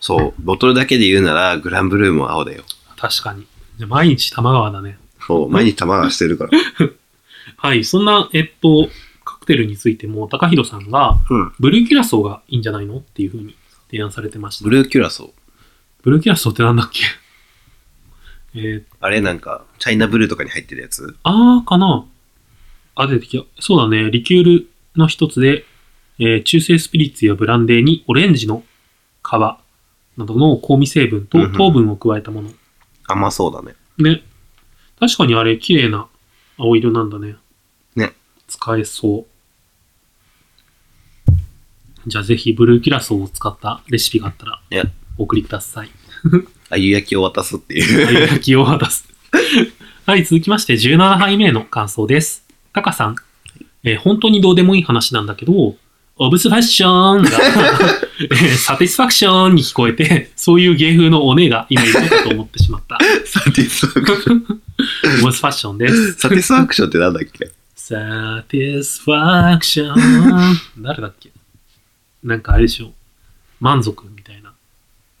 [SPEAKER 2] そう。ボトルだけで言うなら、グランブルーも青だよ。
[SPEAKER 1] 確かに。じゃあ毎日玉川だね。
[SPEAKER 2] そう。毎日玉がしてるから。
[SPEAKER 1] はい、そんな、えっと、カクテルについても、高弘さんが、
[SPEAKER 2] うん。
[SPEAKER 1] ブルーキュラソーがいいんじゃないのっていうふうに提案されてました。
[SPEAKER 2] ブ
[SPEAKER 1] ブル
[SPEAKER 2] ルーキュラソー。
[SPEAKER 1] ーキュラソーってなんだっけえー、
[SPEAKER 2] あれなんか、チャイナブルーとかに入ってるやつ。
[SPEAKER 1] あーかなあ、出てきた。そうだね。リキュールの一つで、えー中性スピリッツやブランデーにオレンジの皮などの香味成分
[SPEAKER 2] うん
[SPEAKER 1] と
[SPEAKER 2] うん
[SPEAKER 1] 糖分を加えたもの。
[SPEAKER 2] 甘そうだね。
[SPEAKER 1] ね。確かにあれ、綺麗な青色なんだね。
[SPEAKER 2] ね。
[SPEAKER 1] 使えそう。じゃあぜひ、ブルーキュラソーを使ったレシピがあったら
[SPEAKER 2] ね、
[SPEAKER 1] お送りください。
[SPEAKER 2] あゆ焼きを渡すって いう。
[SPEAKER 1] 鮎焼きを渡す。はい、続きまして17杯目の感想です。タカさん、えー本当にどうでもいい話なんだけど、オブスファッションが、 えーサティスファクションに聞こえて、そういう芸風のお姉が今いるのかと思ってしまった。
[SPEAKER 2] サティスファクショ
[SPEAKER 1] オブスファッションです。
[SPEAKER 2] ン。サティスファクションってなんだっけ
[SPEAKER 1] サティスファクション。誰だっけなんかあれでしょ。満足みたいな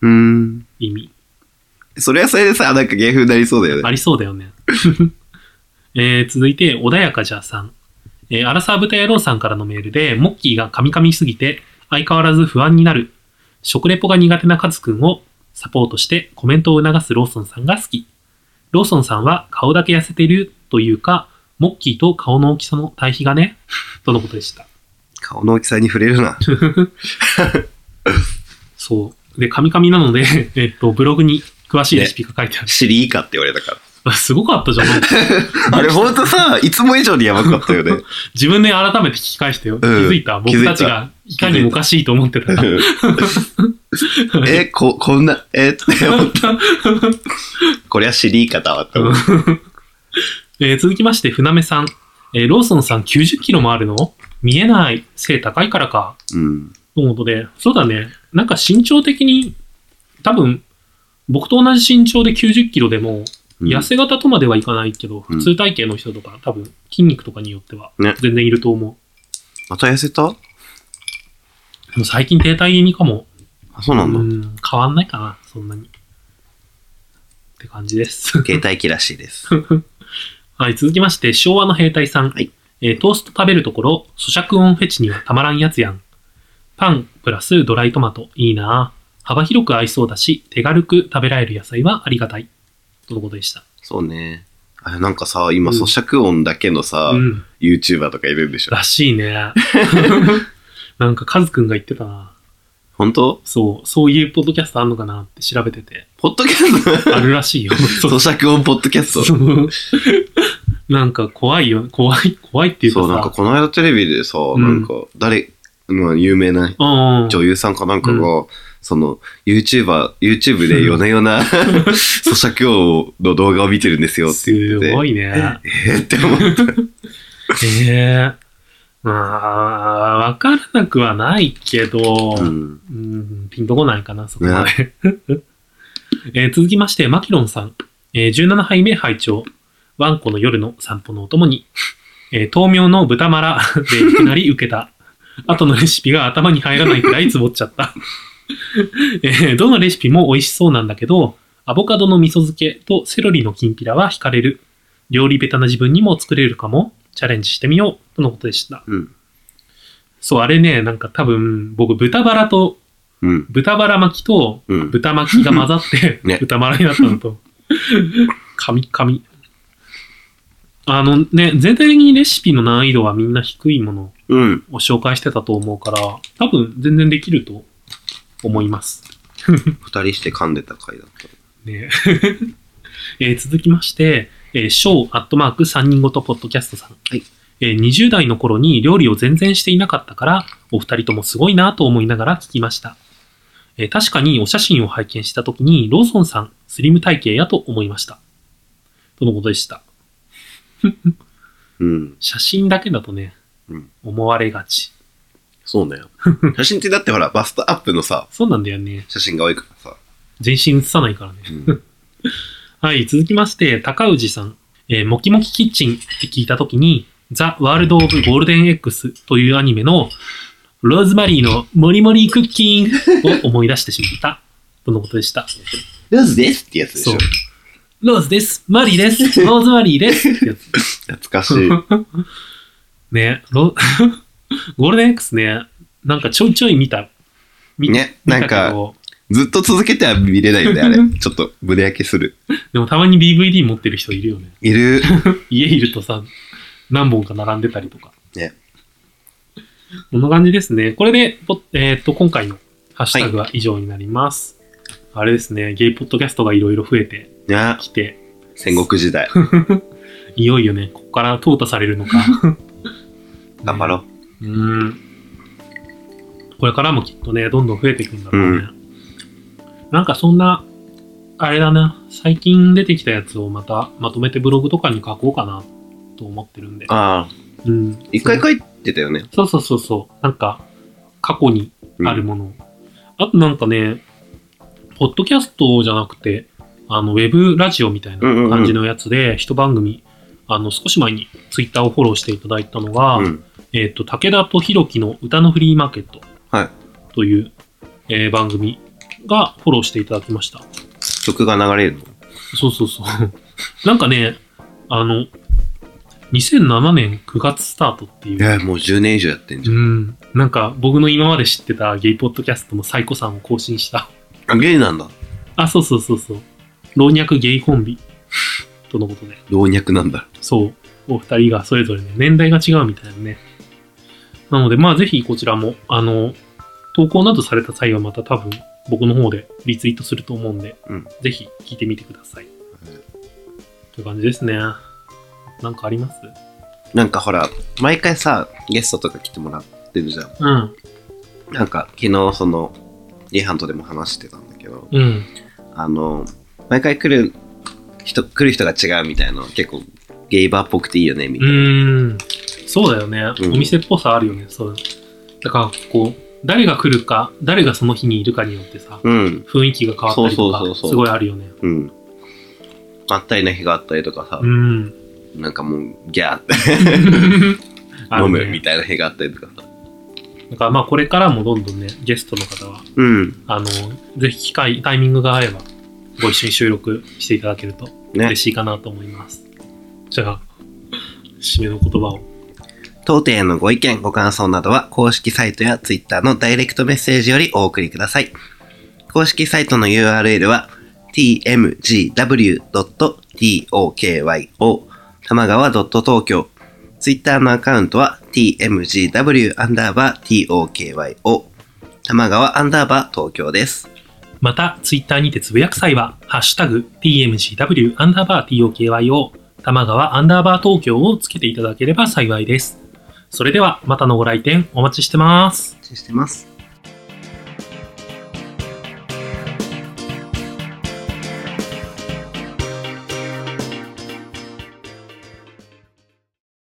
[SPEAKER 2] うーん。
[SPEAKER 1] 意味。
[SPEAKER 2] それはそれでさ、なんか芸風になりそうだよ
[SPEAKER 1] あ
[SPEAKER 2] ね。
[SPEAKER 1] りそうだよね。 えー続いて、穏やかじゃさん。えー、アラサー豚野郎さんからのメールで、モッキーが噛み噛みすぎて、相変わらず不安になる。食レポが苦手なカズくんをサポートしてコメントを促すローソンさんが好き。ローソンさんは顔だけ痩せてるというか、モッキーと顔の大きさの対比がね、 とのことでした。
[SPEAKER 2] 顔の大きさに触れる な。
[SPEAKER 1] そう。で、カミカミなので、 えっと、ブログに詳しいレシピが書いてある。
[SPEAKER 2] シリイカって言われたか
[SPEAKER 1] すごかったじゃん。なんか
[SPEAKER 2] ら。あれほんとさ、いつも以上にやばかったよね。
[SPEAKER 1] 自分で改めて聞き返してよ。気づいた。
[SPEAKER 2] 気づ
[SPEAKER 1] 僕
[SPEAKER 2] いた
[SPEAKER 1] たちがいかにもおかしいと思ってた。
[SPEAKER 2] え、こ、こんな、えって思った。こりゃシリイカだわって思った。
[SPEAKER 1] えー続きまして、船目さん。えーローソンさん90キロもあるの見えない。背高いからか。
[SPEAKER 2] うん。
[SPEAKER 1] とのことで、そうだね。なんか身長的に、多分、僕と同じ身長で90キロでも、
[SPEAKER 2] うん
[SPEAKER 1] 痩せ型とまではいかないけど、
[SPEAKER 2] うん
[SPEAKER 1] 普通体型の人とか、多分、筋肉とかによっては
[SPEAKER 2] ね、
[SPEAKER 1] 全然いると思う。
[SPEAKER 2] また痩せた
[SPEAKER 1] でも最近停滞気味かも。
[SPEAKER 2] あ、そう
[SPEAKER 1] う
[SPEAKER 2] なんだ。
[SPEAKER 1] ん、変わんないかな、そんなに。って感じです。
[SPEAKER 2] 携帯機らしいです。
[SPEAKER 1] はい、続きまして、昭和の兵隊さん。
[SPEAKER 2] はい
[SPEAKER 1] えートースト食べるところ、咀嚼音フェチにはたまらんやつやん。パン、プラスドライトマト、いいなぁ幅広く合いそうだし、手軽く食べられる野菜はありがたい。とのことでした。
[SPEAKER 2] そうね。あれなんかさ、今、
[SPEAKER 1] うん
[SPEAKER 2] 咀嚼音だけのさ、
[SPEAKER 1] うん。
[SPEAKER 2] YouTuber とかいるんでしょ。
[SPEAKER 1] らしいね。 なんか、カズくんが言ってたな
[SPEAKER 2] 本当
[SPEAKER 1] そう、そういうポッドキャストあんのかなって調べてて、
[SPEAKER 2] ポッドキャス
[SPEAKER 1] あるらしい よ。
[SPEAKER 2] ト
[SPEAKER 1] そう
[SPEAKER 2] 咀嚼音ポッドキャスト。
[SPEAKER 1] なんか怖いよ。怖い、怖いっていうか
[SPEAKER 2] そう、
[SPEAKER 1] さ。
[SPEAKER 2] なんかこの間テレビでさ、
[SPEAKER 1] ん
[SPEAKER 2] なんか、誰、まあ、有名な
[SPEAKER 1] うんうん
[SPEAKER 2] 女優さんかなんかが、その、YouTuber、YouTube
[SPEAKER 1] う
[SPEAKER 2] で
[SPEAKER 1] ん
[SPEAKER 2] 夜な夜な 咀嚼音の動画を見てるんですよって言
[SPEAKER 1] す
[SPEAKER 2] ってて。
[SPEAKER 1] ごいね。
[SPEAKER 2] えーって思って。
[SPEAKER 1] ええまあ、わからなくはないけど、う、
[SPEAKER 2] うんん。
[SPEAKER 1] ピンとこないかな、そこまで。 えー続きまして、マキロンさん。えー17杯目拝聴ワンコの夜の散歩のお供に、えー豆苗の豚まらでいきなり受けた。 後のレシピが頭に入らないくらいつぼっちゃった。 えーどのレシピも美味しそうなんだけど、アボカドの味噌漬けとセロリのきんぴらは惹かれる。料理ベタな自分にも作れるかも。チャレンジしてみよう。とのことでした。
[SPEAKER 2] うん。
[SPEAKER 1] そう、あれね、なんか多分、僕、豚バラと、
[SPEAKER 2] うん。
[SPEAKER 1] 豚バラ巻きと、
[SPEAKER 2] うん。
[SPEAKER 1] 豚巻きが混ざって、
[SPEAKER 2] ね
[SPEAKER 1] 豚バラになったのと、 神々。あのね、全体的にレシピの難易度はみんな低いもの
[SPEAKER 2] うん。
[SPEAKER 1] を紹介してたと思うから、多分全然できると思います。
[SPEAKER 2] 二人して噛んでた回だった。
[SPEAKER 1] ね えー続きまして、えー、ショーアットマーク3人ごとポッドキャストさん。
[SPEAKER 2] はい
[SPEAKER 1] えー20代の頃に料理を全然していなかったから、お二人ともすごいなと思いながら聞きました。えー確かにお写真を拝見した時に、ローソンさん、スリム体型やと思いました。とのことでした。
[SPEAKER 2] うん。
[SPEAKER 1] 写真だけだとね、
[SPEAKER 2] うん
[SPEAKER 1] 思われがち。
[SPEAKER 2] そうね。 写真ってだってほら、バストアップのさ、
[SPEAKER 1] そうなんだよね。
[SPEAKER 2] 写真が多いからさ。
[SPEAKER 1] 全身写さないからね。
[SPEAKER 2] うん。
[SPEAKER 1] はい、続きまして、高氏さん。えー、モキモキキッチンって聞いたときに、ザ・ワールド・オブ・ゴールデン X というアニメの、ローズマリーのモリモリクッキンを思い出してしまった。とのことでした。
[SPEAKER 2] ロズですってやつでし
[SPEAKER 1] そう
[SPEAKER 2] ょ。。
[SPEAKER 1] ローズです。マリー です。ローズマリーです。ってやつ
[SPEAKER 2] 懐かしい。
[SPEAKER 1] ね、ロ、ゴー ルデン X ね、なんかちょいちょい見た。見
[SPEAKER 2] ね、
[SPEAKER 1] 見た
[SPEAKER 2] なん
[SPEAKER 1] け
[SPEAKER 2] か、
[SPEAKER 1] ど
[SPEAKER 2] ずっと続けては見れないよね、あれ。ちょっと胸焼けする。
[SPEAKER 1] でもたまに DVD 持ってる人いるよね。
[SPEAKER 2] いる。
[SPEAKER 1] 家いるとさ、何本か並んでたりとか。
[SPEAKER 2] ね。
[SPEAKER 1] こんな感じですね。これで、ポッえーっと、今回のハッシュタグは以上になります。あれですね、ゲイポッドキャストがいろいろ増えて
[SPEAKER 2] いや、
[SPEAKER 1] きて、
[SPEAKER 2] 戦国時代。
[SPEAKER 1] いよいよね、ここから淘汰されるのか。
[SPEAKER 2] 頑張ろ
[SPEAKER 1] う。うん。これからもきっとね、どんどん増えていくんだろうね。なんかそんな、あれだな、最近出てきたやつをまたまとめてブログとかに書こうかなと思ってるんで
[SPEAKER 2] う。。ああ、
[SPEAKER 1] うん。
[SPEAKER 2] 一回書いてたよね。
[SPEAKER 1] そうそうそうそう。なんか、過去に
[SPEAKER 2] うん
[SPEAKER 1] あるものを、あとなんかね、ポッドキャストじゃなくて、あの、ウェブラジオみたいな感じのやつで、一番組、あの、少し前にツイッターをフォローしていただいたのが、
[SPEAKER 2] うん。
[SPEAKER 1] えっ、と、武田とひろきの歌のフリーマーケット。
[SPEAKER 2] はい
[SPEAKER 1] という、えー番組がフォローしていただきました。
[SPEAKER 2] 曲が流れるの。
[SPEAKER 1] そうそうそう。 なんかね、あの、2007年9月スタートっていう
[SPEAKER 2] い。や、もう10年以上やってんじ
[SPEAKER 1] う
[SPEAKER 2] ゃん。
[SPEAKER 1] ん。なんか、僕の今まで知ってたゲイポッドキャストの最古さんを更新した。
[SPEAKER 2] あ、ゲイなんだ。
[SPEAKER 1] あ、そうそうそうそう。老若ゲイコンビ。とのことで。
[SPEAKER 2] 老若なんだ。
[SPEAKER 1] そう。お二人がそれぞれね、年代が違うみたいなね。なので、まあ、ぜひこちらも、あの、投稿などされた際はまた多分、僕の方でリツイートすると思うんで、
[SPEAKER 2] うん
[SPEAKER 1] ぜひ聞いてみてください。という感じですね。なんかあります
[SPEAKER 2] なんかほら、毎回さ、ゲストとか来てもらってるじゃん。
[SPEAKER 1] うん。
[SPEAKER 2] なんか、昨日、その、リハントでも話してたんだけど、
[SPEAKER 1] うん。
[SPEAKER 2] あの、毎回来る人、来る人が違うみたいな、結構、ゲイバーっぽくていいよね、み
[SPEAKER 1] う
[SPEAKER 2] たいな。
[SPEAKER 1] ーん。そうだよね。
[SPEAKER 2] うん
[SPEAKER 1] お店っぽさあるよね。そう。だから、こう、誰が来るか、誰がその日にいるかによってさ、
[SPEAKER 2] うん。
[SPEAKER 1] 雰囲気が変わったりとか
[SPEAKER 2] そうそうそう、そう
[SPEAKER 1] すごいあるよね。
[SPEAKER 2] うん。あったりな日があったりとかさ
[SPEAKER 1] う、 ん。
[SPEAKER 2] なんかもう、ギャーって
[SPEAKER 1] あ
[SPEAKER 2] 飲
[SPEAKER 1] る
[SPEAKER 2] む
[SPEAKER 1] ね
[SPEAKER 2] みたいな日があったりとかさ。
[SPEAKER 1] だからまあこれからもどんどんね、ゲストの方は、
[SPEAKER 2] うん。
[SPEAKER 1] あの、ぜひ機会、タイミングが合えば、ご一緒に収録していただけると
[SPEAKER 2] ね
[SPEAKER 1] 嬉。しいかなと思います。じゃあ、締めの言葉を。
[SPEAKER 2] 当店へのご意見、ご感想などは公式サイトや Twitter のダイレクトメッセージよりお送りください。公式サイトの URL は tmgw.tokyo 玉川 .tokyo Twitter のアカウントは tmgw.tokyo 玉川アンダーバー東京です。
[SPEAKER 1] また、ツイッターにてつぶやく際は、ハッシュタグ、tmgw アンダーバー tokyo、玉川アンダーバー東京をつけていただければ幸いです。それでは、またのご来店お待ちしてます。
[SPEAKER 2] してます。